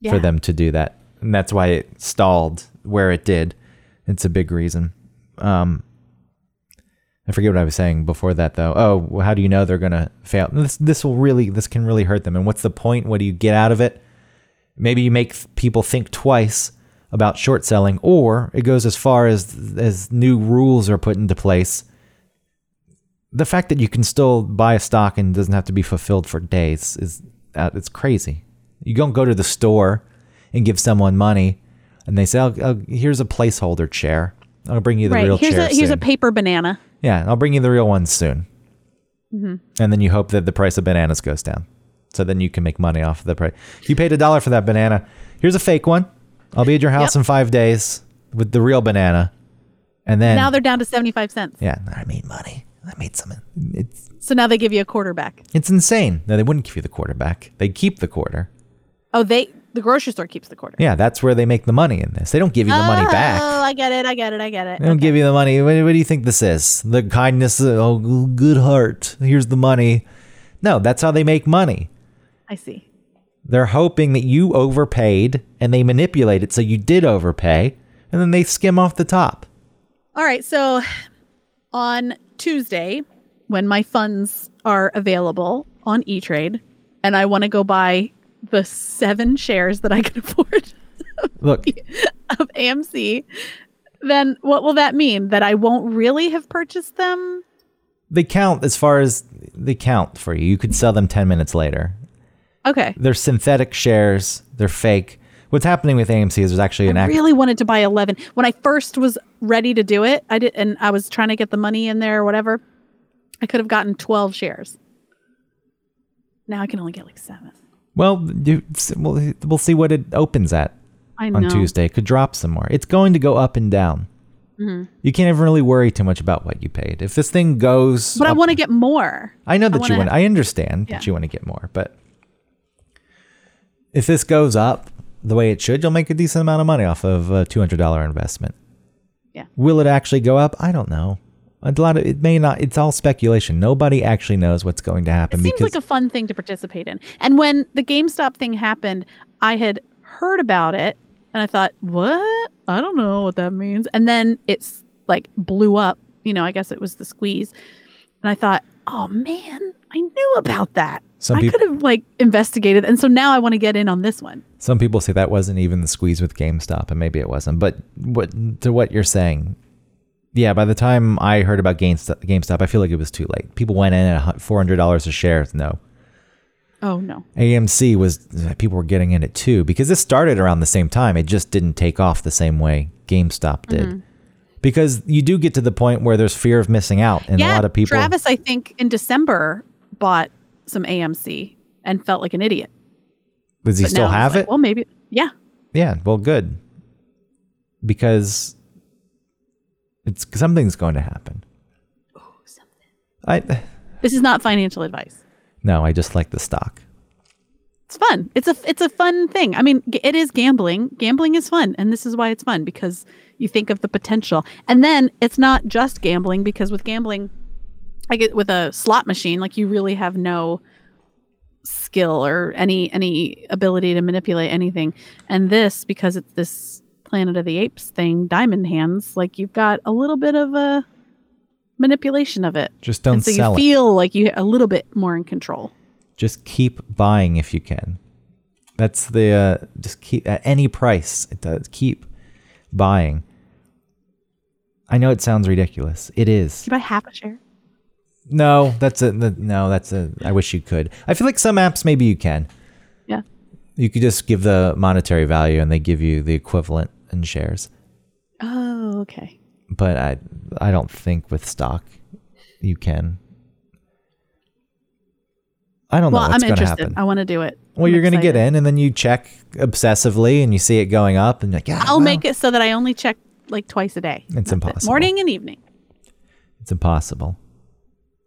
Speaker 1: for
Speaker 2: Yeah.
Speaker 1: them to do that and that's why it stalled where it did it's a big reason um i forget what i was saying before that though oh well, how do you know they're gonna fail this this will really this can really hurt them and what's the point what do you get out of it maybe you make people think twice about short selling or it goes as far as as new rules are put into place the fact that you can still buy a stock and doesn't have to be fulfilled for days is uh, it's crazy you don't go to the store and give someone money and they say oh, oh, here's a placeholder chair i'll bring you the real
Speaker 2: right. Here's
Speaker 1: chair
Speaker 2: a here's a
Speaker 1: soon."
Speaker 2: paper banana.
Speaker 1: yeah i'll bring you the real one soon
Speaker 2: Mm-hmm.
Speaker 1: and then you hope that the price of bananas goes down so then you can make money off of the price you paid a dollar for that banana here's a fake one i'll be at your house
Speaker 2: Yep.
Speaker 1: in five days with the real banana and then
Speaker 2: Now they're down to 75 cents.
Speaker 1: yeah i made money i made something it's
Speaker 2: So now they give you a quarter back.
Speaker 1: It's insane. No, they wouldn't give you the quarterback. They keep the quarter.
Speaker 2: Oh, they the grocery store keeps the quarter.
Speaker 1: Yeah, that's where they make the money in this. They don't give you the money
Speaker 2: Oh,
Speaker 1: back.
Speaker 2: I get it. I get it. I get it.
Speaker 1: They don't give you the money. What, what do you think this is? The kindness, uh, oh, good heart. Here's the money. No, that's how they make money.
Speaker 2: I see.
Speaker 1: They're hoping that you overpaid and they manipulate it so you did overpay and then they skim off the top.
Speaker 2: All right. So on Tuesday, when my funds are available on E Trade, and I want to go buy the seven shares that I can [LAUGHS] afford [LAUGHS]
Speaker 1: Look,
Speaker 2: of AMC, then what will that mean? That I won't really have purchased them?
Speaker 1: they count as far as they count for you. You could sell them 10 minutes later.
Speaker 2: Okay.
Speaker 1: They're synthetic shares, they're fake. What's happening with AMC is there's actually an
Speaker 2: I
Speaker 1: act-
Speaker 2: really wanted to buy 11 when i first was ready to do it i did and i was trying to get the money in there or whatever i could have gotten 12 shares now i can only get like seven
Speaker 1: Well, you, we'll we'll see what it opens at
Speaker 2: i know
Speaker 1: on Tuesday. It could drop some more. It's going to go up and down.
Speaker 2: Mm-hmm.
Speaker 1: You can't even really worry too much about what you paid. If this thing goes,
Speaker 2: but i
Speaker 1: up-
Speaker 2: want to get more
Speaker 1: I know that you
Speaker 2: wanna-
Speaker 1: want. I understand
Speaker 2: Yeah.
Speaker 1: that you want to get more, but if this goes up the way it should, you'll make a decent amount of money off of a two hundred dollar investment.
Speaker 2: Yeah.
Speaker 1: Will it actually go up? I don't know. A lot of it may not. It's all speculation. Nobody actually knows what's going to happen
Speaker 2: it seems
Speaker 1: because
Speaker 2: like a fun thing to participate in and when the gamestop thing happened i had heard about it and i thought what i don't know what that means and then it's like blew up you know i guess it was the squeeze and i thought oh man i knew about that
Speaker 1: some
Speaker 2: I
Speaker 1: people
Speaker 2: could have like investigated, and so now I want to get in on this one.
Speaker 1: Some people say that wasn't even the squeeze with GameStop, and maybe it wasn't. But what to what you're saying? Yeah, by the time I heard about GameStop, GameStop I feel like it was too late. People went in at four hundred dollars a share. No,
Speaker 2: Oh no,
Speaker 1: AMC was people were getting in it too because this started around the same time. It just didn't take off the same way GameStop did.
Speaker 2: Mm-hmm.
Speaker 1: Because you do get to the point where there's fear of missing out, and a lot of people.
Speaker 2: Travis, I think in December bought some AMC and felt like an idiot.
Speaker 1: does he
Speaker 2: But
Speaker 1: still
Speaker 2: now he's
Speaker 1: have
Speaker 2: like,
Speaker 1: it?
Speaker 2: Well, maybe. Yeah,
Speaker 1: Yeah, well, good. Because it's something's going to happen. I
Speaker 2: this is not financial advice.
Speaker 1: no, I just like the stock.
Speaker 2: It's fun. It's a it's a fun thing. I mean, g- it is gambling. Gambling is fun, and this is why it's fun because you think of the potential. And then it's not just gambling because with gambling, I get with a slot machine, like you really have no skill or any any ability to manipulate anything. And this because it's this Planet of the Apes thing, Diamond Hands, like you've got a little bit of a manipulation of it.
Speaker 1: Just don't
Speaker 2: and so
Speaker 1: sell
Speaker 2: you feel like you a little bit more in control.
Speaker 1: it. Just keep buying if you can. That's the uh, just keep at any price. It does keep buying. I know it sounds ridiculous. It is.
Speaker 2: You buy half a share.
Speaker 1: No, that's a the- no. That's a. I wish you could. I feel like some apps maybe you can.
Speaker 2: Yeah.
Speaker 1: You could just give the monetary value, and they give you the equivalent in shares.
Speaker 2: Oh, okay.
Speaker 1: but I I don't think with stock you can. I don't
Speaker 2: Well,
Speaker 1: know
Speaker 2: I'm
Speaker 1: what's going to
Speaker 2: interested.
Speaker 1: happen.
Speaker 2: I want to do it.
Speaker 1: well,
Speaker 2: I'm
Speaker 1: you're going to get
Speaker 2: excited.
Speaker 1: in, and then you check obsessively, and you see it going up, and you're like, yeah,
Speaker 2: I'll
Speaker 1: well,
Speaker 2: make it so that I only check like twice a day.
Speaker 1: It's impossible.
Speaker 2: Morning and evening.
Speaker 1: It's impossible.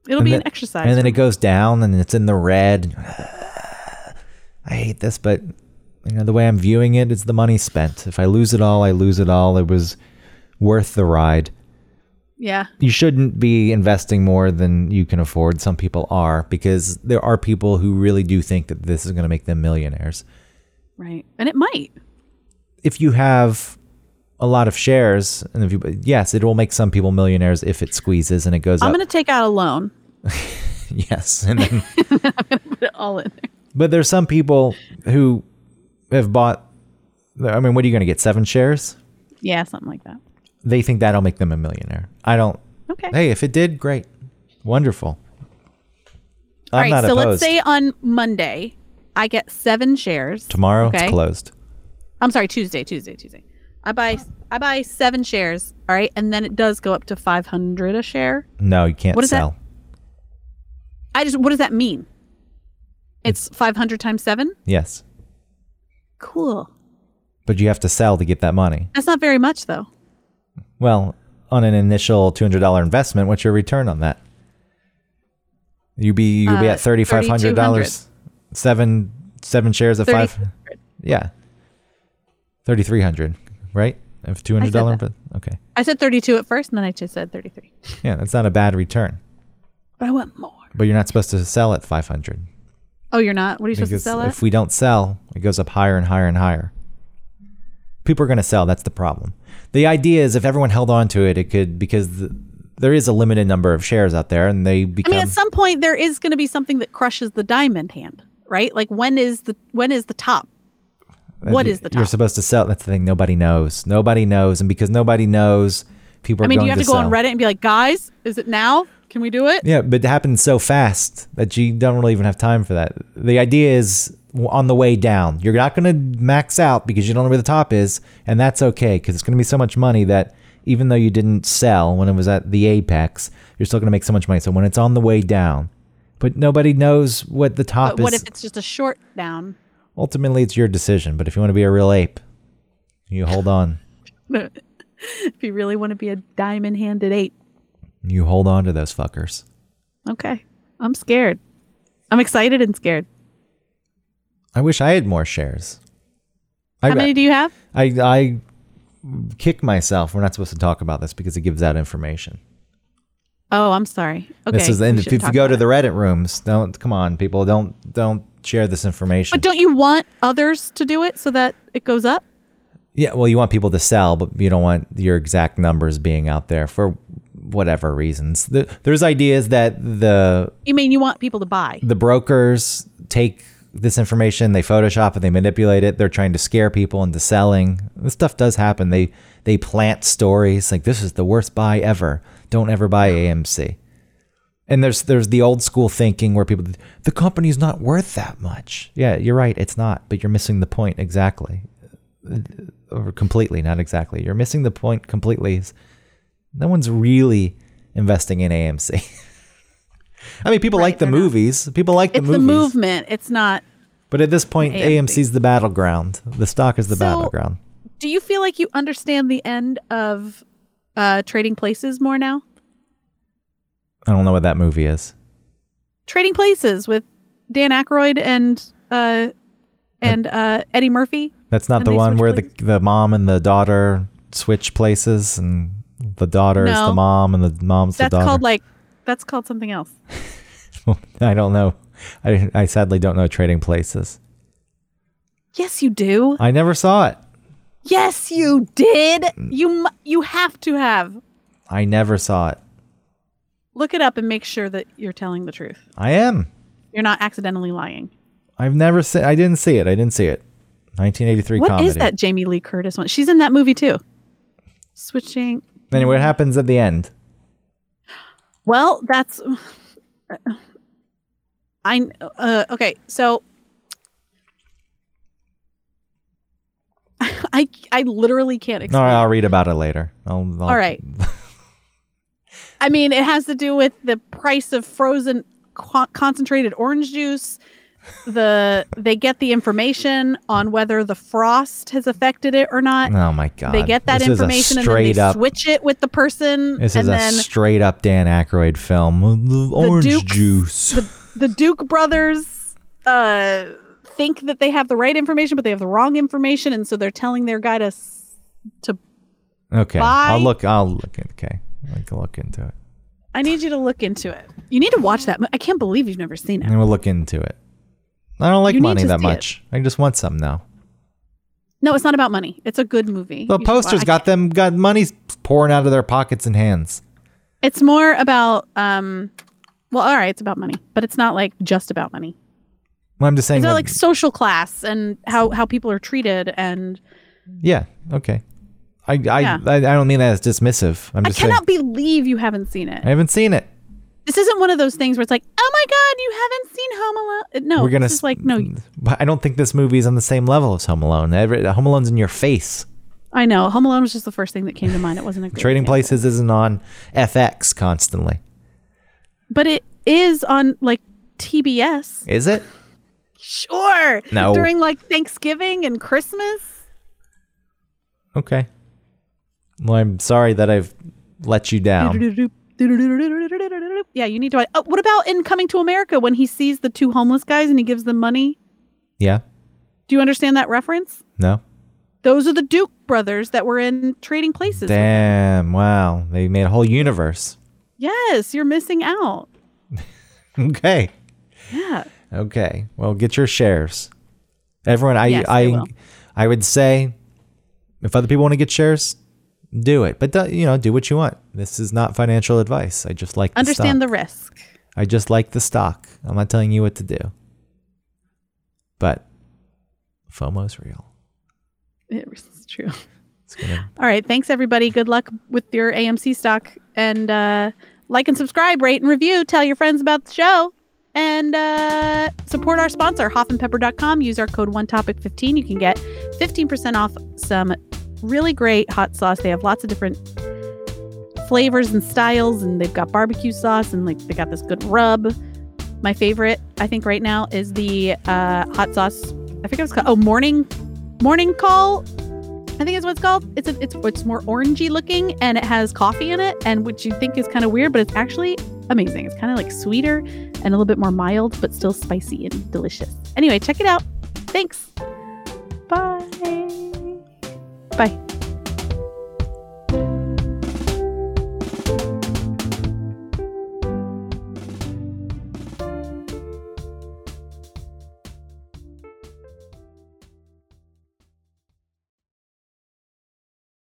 Speaker 2: It'll
Speaker 1: And
Speaker 2: be
Speaker 1: then-
Speaker 2: an exercise.
Speaker 1: And then it goes down, and it's in the red. and you're like, "Ah, I hate this, but you know the way I'm viewing it is the money spent. If I lose it all, I lose it all. It was worth the ride.
Speaker 2: Yeah.
Speaker 1: You shouldn't be investing more than you can afford. Some people are because there are people who really do think that this is going to make them millionaires.
Speaker 2: Right. And it might.
Speaker 1: If you have a lot of shares, and if you yes, it will make some people millionaires if it squeezes and it goes
Speaker 2: I'm
Speaker 1: up.
Speaker 2: going to take out a loan.
Speaker 1: [LAUGHS] yes, and then
Speaker 2: Put it all in there.
Speaker 1: But there's some people who have bought. I mean, what are you going to get? Seven shares?
Speaker 2: Yeah, something like that.
Speaker 1: They think that'll make them a millionaire. I don't.
Speaker 2: Okay.
Speaker 1: Hey, if it did, great, wonderful. I'm
Speaker 2: all right.
Speaker 1: not
Speaker 2: so
Speaker 1: opposed.
Speaker 2: let's say on Monday I get seven shares.
Speaker 1: tomorrow
Speaker 2: okay?
Speaker 1: it's closed.
Speaker 2: I'm sorry, Tuesday, Tuesday, Tuesday. I buy I buy seven shares, all right, and then it does go up to five hundred a share.
Speaker 1: No, you can't
Speaker 2: What is that?
Speaker 1: sell.
Speaker 2: I just what does that mean? It's five hundred times seven?
Speaker 1: Yes,
Speaker 2: Cool.
Speaker 1: but you have to sell to get that money.
Speaker 2: That's not very much though.
Speaker 1: Well, on an initial two hundred dollar investment, what's your return on that? You be you will be
Speaker 2: Uh,
Speaker 1: at thirty five hundred dollars. Seven seven shares of five.
Speaker 2: 3,200.
Speaker 1: Yeah, thirty three hundred, right? Of two hundred dollar.
Speaker 2: that.
Speaker 1: Okay,
Speaker 2: I said thirty two at first and then I just said thirty three.
Speaker 1: yeah, that's not a bad return.
Speaker 2: But I want more.
Speaker 1: But you're not supposed to sell at five hundred.
Speaker 2: Oh, you're not? What are you supposed to
Speaker 1: Because
Speaker 2: sell at?
Speaker 1: if we don't sell, it goes up higher and higher and higher. People are going to sell. That's the problem. The idea is if everyone held on to it, it could because the, there is a limited number of shares out there, and they
Speaker 2: I
Speaker 1: become.
Speaker 2: mean, at some point there is going to be something that crushes the diamond hand, right? Like when is the when is the top? What is the
Speaker 1: You're
Speaker 2: top?
Speaker 1: supposed to sell. That's the thing. Nobody knows. Nobody knows, and because nobody knows, people are
Speaker 2: I mean,
Speaker 1: going
Speaker 2: you have to, go
Speaker 1: sell.
Speaker 2: on Reddit and be like, guys, is it now? Can we do it?
Speaker 1: Yeah, but it happens so fast that you don't really even have time for that. The idea is w- on the way down. You're not going to max out because you don't know where the top is, and that's okay because it's going to be so much money that even though you didn't sell when it was at the apex, you're still going to make so much money. So when it's on the way down, but nobody knows what the top
Speaker 2: But what
Speaker 1: is.
Speaker 2: if it's just a short down? [LAUGHS]
Speaker 1: Ultimately, it's your decision. But if you want to be a real ape, you hold on.
Speaker 2: if you really want to be a diamond handed ape.
Speaker 1: You hold on to those fuckers.
Speaker 2: Okay. I'm scared. I'm excited and scared.
Speaker 1: I wish I had more shares. I
Speaker 2: How
Speaker 1: re-
Speaker 2: many do you have?
Speaker 1: I I kick myself. We're not supposed to talk about this because it gives out information.
Speaker 2: Oh, I'm sorry. Okay.
Speaker 1: this is
Speaker 2: we
Speaker 1: and if,
Speaker 2: shouldn't
Speaker 1: if you
Speaker 2: talk
Speaker 1: go
Speaker 2: about
Speaker 1: to
Speaker 2: it.
Speaker 1: the Reddit rooms, don't come on, people, don't don't share this information.
Speaker 2: But don't you want others to do it so that it goes up?
Speaker 1: yeah, well, you want people to sell, but you don't want your exact numbers being out there for whatever reasons. The, there's ideas that the
Speaker 2: You mean you want people to buy?
Speaker 1: the brokers take this information, they Photoshop it, they manipulate it. They're trying to scare people into selling. This stuff does happen. They they plant stories like this is the worst buy ever. Don't ever buy AMC. And there's there's the old school thinking where people the company's not worth that much. Yeah, you're right, it's not, but you're missing the point exactly. Uh, Or completely, not exactly. You're missing the point completely. No one's really investing in AMC. [LAUGHS] I mean, people like the
Speaker 2: they're not.
Speaker 1: movies. People like
Speaker 2: It's
Speaker 1: the
Speaker 2: the
Speaker 1: movies.
Speaker 2: movement. It's not.
Speaker 1: But at this point,
Speaker 2: AMC.
Speaker 1: AMC's the battleground. The stock is the
Speaker 2: So-
Speaker 1: battleground.
Speaker 2: Do you feel like you understand the end of uh, Trading Places more now?
Speaker 1: I don't know what that movie is.
Speaker 2: Trading Places with Dan Aykroyd and uh, and uh, Eddie Murphy.
Speaker 1: That's not
Speaker 2: And
Speaker 1: the
Speaker 2: they
Speaker 1: one
Speaker 2: switch
Speaker 1: where the, the mom and the daughter switch places and the daughter is the
Speaker 2: No.
Speaker 1: mom and the mom's
Speaker 2: That's
Speaker 1: the daughter.
Speaker 2: called like that's called something else.
Speaker 1: [LAUGHS] I don't know. I, I sadly don't know Trading Places.
Speaker 2: Yes, you do.
Speaker 1: I never saw it.
Speaker 2: Yes, you did.
Speaker 1: Mm.
Speaker 2: You mu- you have to have
Speaker 1: I never saw it.
Speaker 2: look it up and make sure that you're telling the truth.
Speaker 1: I am.
Speaker 2: You're not accidentally lying.
Speaker 1: I've never seen. I didn't see it. I didn't see it. 1983
Speaker 2: What is
Speaker 1: comedy.
Speaker 2: that Jamie Lee Curtis one? She's in that movie too. Switching.
Speaker 1: Anyway, what happens at the end?
Speaker 2: Well, that's [SIGHS] I uh, okay. So [LAUGHS] I I literally can't
Speaker 1: All
Speaker 2: explain.
Speaker 1: right, I'll read about it later. I'll, I'll,
Speaker 2: All right. I mean, it has to do with the price of frozen co- concentrated orange juice. The they get the information on whether the frost has affected it or not.
Speaker 1: Oh my god.
Speaker 2: They get that
Speaker 1: This is a
Speaker 2: information and then
Speaker 1: straight
Speaker 2: they
Speaker 1: up
Speaker 2: switch it with the person,
Speaker 1: This
Speaker 2: and
Speaker 1: is a
Speaker 2: then
Speaker 1: straight up Dan Aykroyd film. The Orange
Speaker 2: Dukes-
Speaker 1: juice.
Speaker 2: the, the Duke brothers uh, think that they have the right information, but they have the wrong information, and so they're telling their guy to s- to
Speaker 1: Okay.
Speaker 2: Bye.
Speaker 1: I'll look. I'll look. Okay. I can look into it.
Speaker 2: I need you to look into it. You need to watch that. mo- I can't believe you've never seen
Speaker 1: And
Speaker 2: it.
Speaker 1: then we'll look into it. I don't like
Speaker 2: You need
Speaker 1: money
Speaker 2: to
Speaker 1: that
Speaker 2: see it.
Speaker 1: much. I just want some now.
Speaker 2: No, it's not about money. It's a good movie.
Speaker 1: The
Speaker 2: You should
Speaker 1: posters
Speaker 2: watch
Speaker 1: got
Speaker 2: it.
Speaker 1: them got money pouring out of their pockets and hands.
Speaker 2: It's more about um. Well, all right, it's about money, but it's not like just about money.
Speaker 1: Well, I'm just saying.
Speaker 2: It's
Speaker 1: that-
Speaker 2: about like social class and how how people are treated. And
Speaker 1: yeah. Okay. I I,
Speaker 2: Yeah.
Speaker 1: I I don't mean that as dismissive. I'm
Speaker 2: I
Speaker 1: just saying
Speaker 2: cannot believe you haven't seen it.
Speaker 1: I haven't seen it.
Speaker 2: this isn't one of those things where it's like, oh my god, you haven't seen Home Alone. No,
Speaker 1: We're gonna
Speaker 2: this is like, no,
Speaker 1: But I don't think this movie is on the same level as Home Alone. Every, Home Alone's in your face.
Speaker 2: I know. Home Alone was just the first thing that came to mind. It wasn't a great
Speaker 1: Trading
Speaker 2: example.
Speaker 1: Places isn't on FX constantly,
Speaker 2: but it is on like TBS.
Speaker 1: is it?
Speaker 2: Sure.
Speaker 1: No.
Speaker 2: During like Thanksgiving and Christmas.
Speaker 1: Okay. Well, I'm sorry that I've let you down.
Speaker 2: Yeah, you need to. Oh, what about in Coming to America when he sees the two homeless guys and he gives them money?
Speaker 1: Yeah.
Speaker 2: Do you understand that reference?
Speaker 1: No.
Speaker 2: Those are the Duke brothers that were in Trading Places.
Speaker 1: Damn. Wow. They made a whole universe. [LAUGHS]
Speaker 2: Yes, you're missing out.
Speaker 1: Okay.
Speaker 2: Yeah.
Speaker 1: Okay. Well, get your shares. Everyone, I,
Speaker 2: Yes, I
Speaker 1: I,
Speaker 2: will.
Speaker 1: I would say, if other people want to get shares, do it. But do, you know, do what you want. This is not financial advice. I just like the
Speaker 2: Understand
Speaker 1: stock.
Speaker 2: the risk.
Speaker 1: I just like the stock. I'm not telling you what to do. But FOMO's real.
Speaker 2: It's true.
Speaker 1: It's gonna.
Speaker 2: All right. Thanks, everybody. Good luck with your AMC stock. And uh, like and subscribe, rate and review. Tell your friends about the show. And uh, support our sponsor, hoffandpepper.com. Use our code OneTopic15. You can get 15% off some really great hot sauce. They have lots of different flavors and styles, and they've got barbecue sauce, and like they got this good rub. My favorite, I think, right now is the uh, hot sauce. I forget what it's called. Oh, morning, morning call. I think is what it's called. It's a, it's it's more orangey looking, and it has coffee in it, and which you think is kind of weird, but it's actually amazing. It's kind of like sweeter and a little bit more mild, but still spicy and delicious. Anyway, check it out. Thanks. Bye. Bye.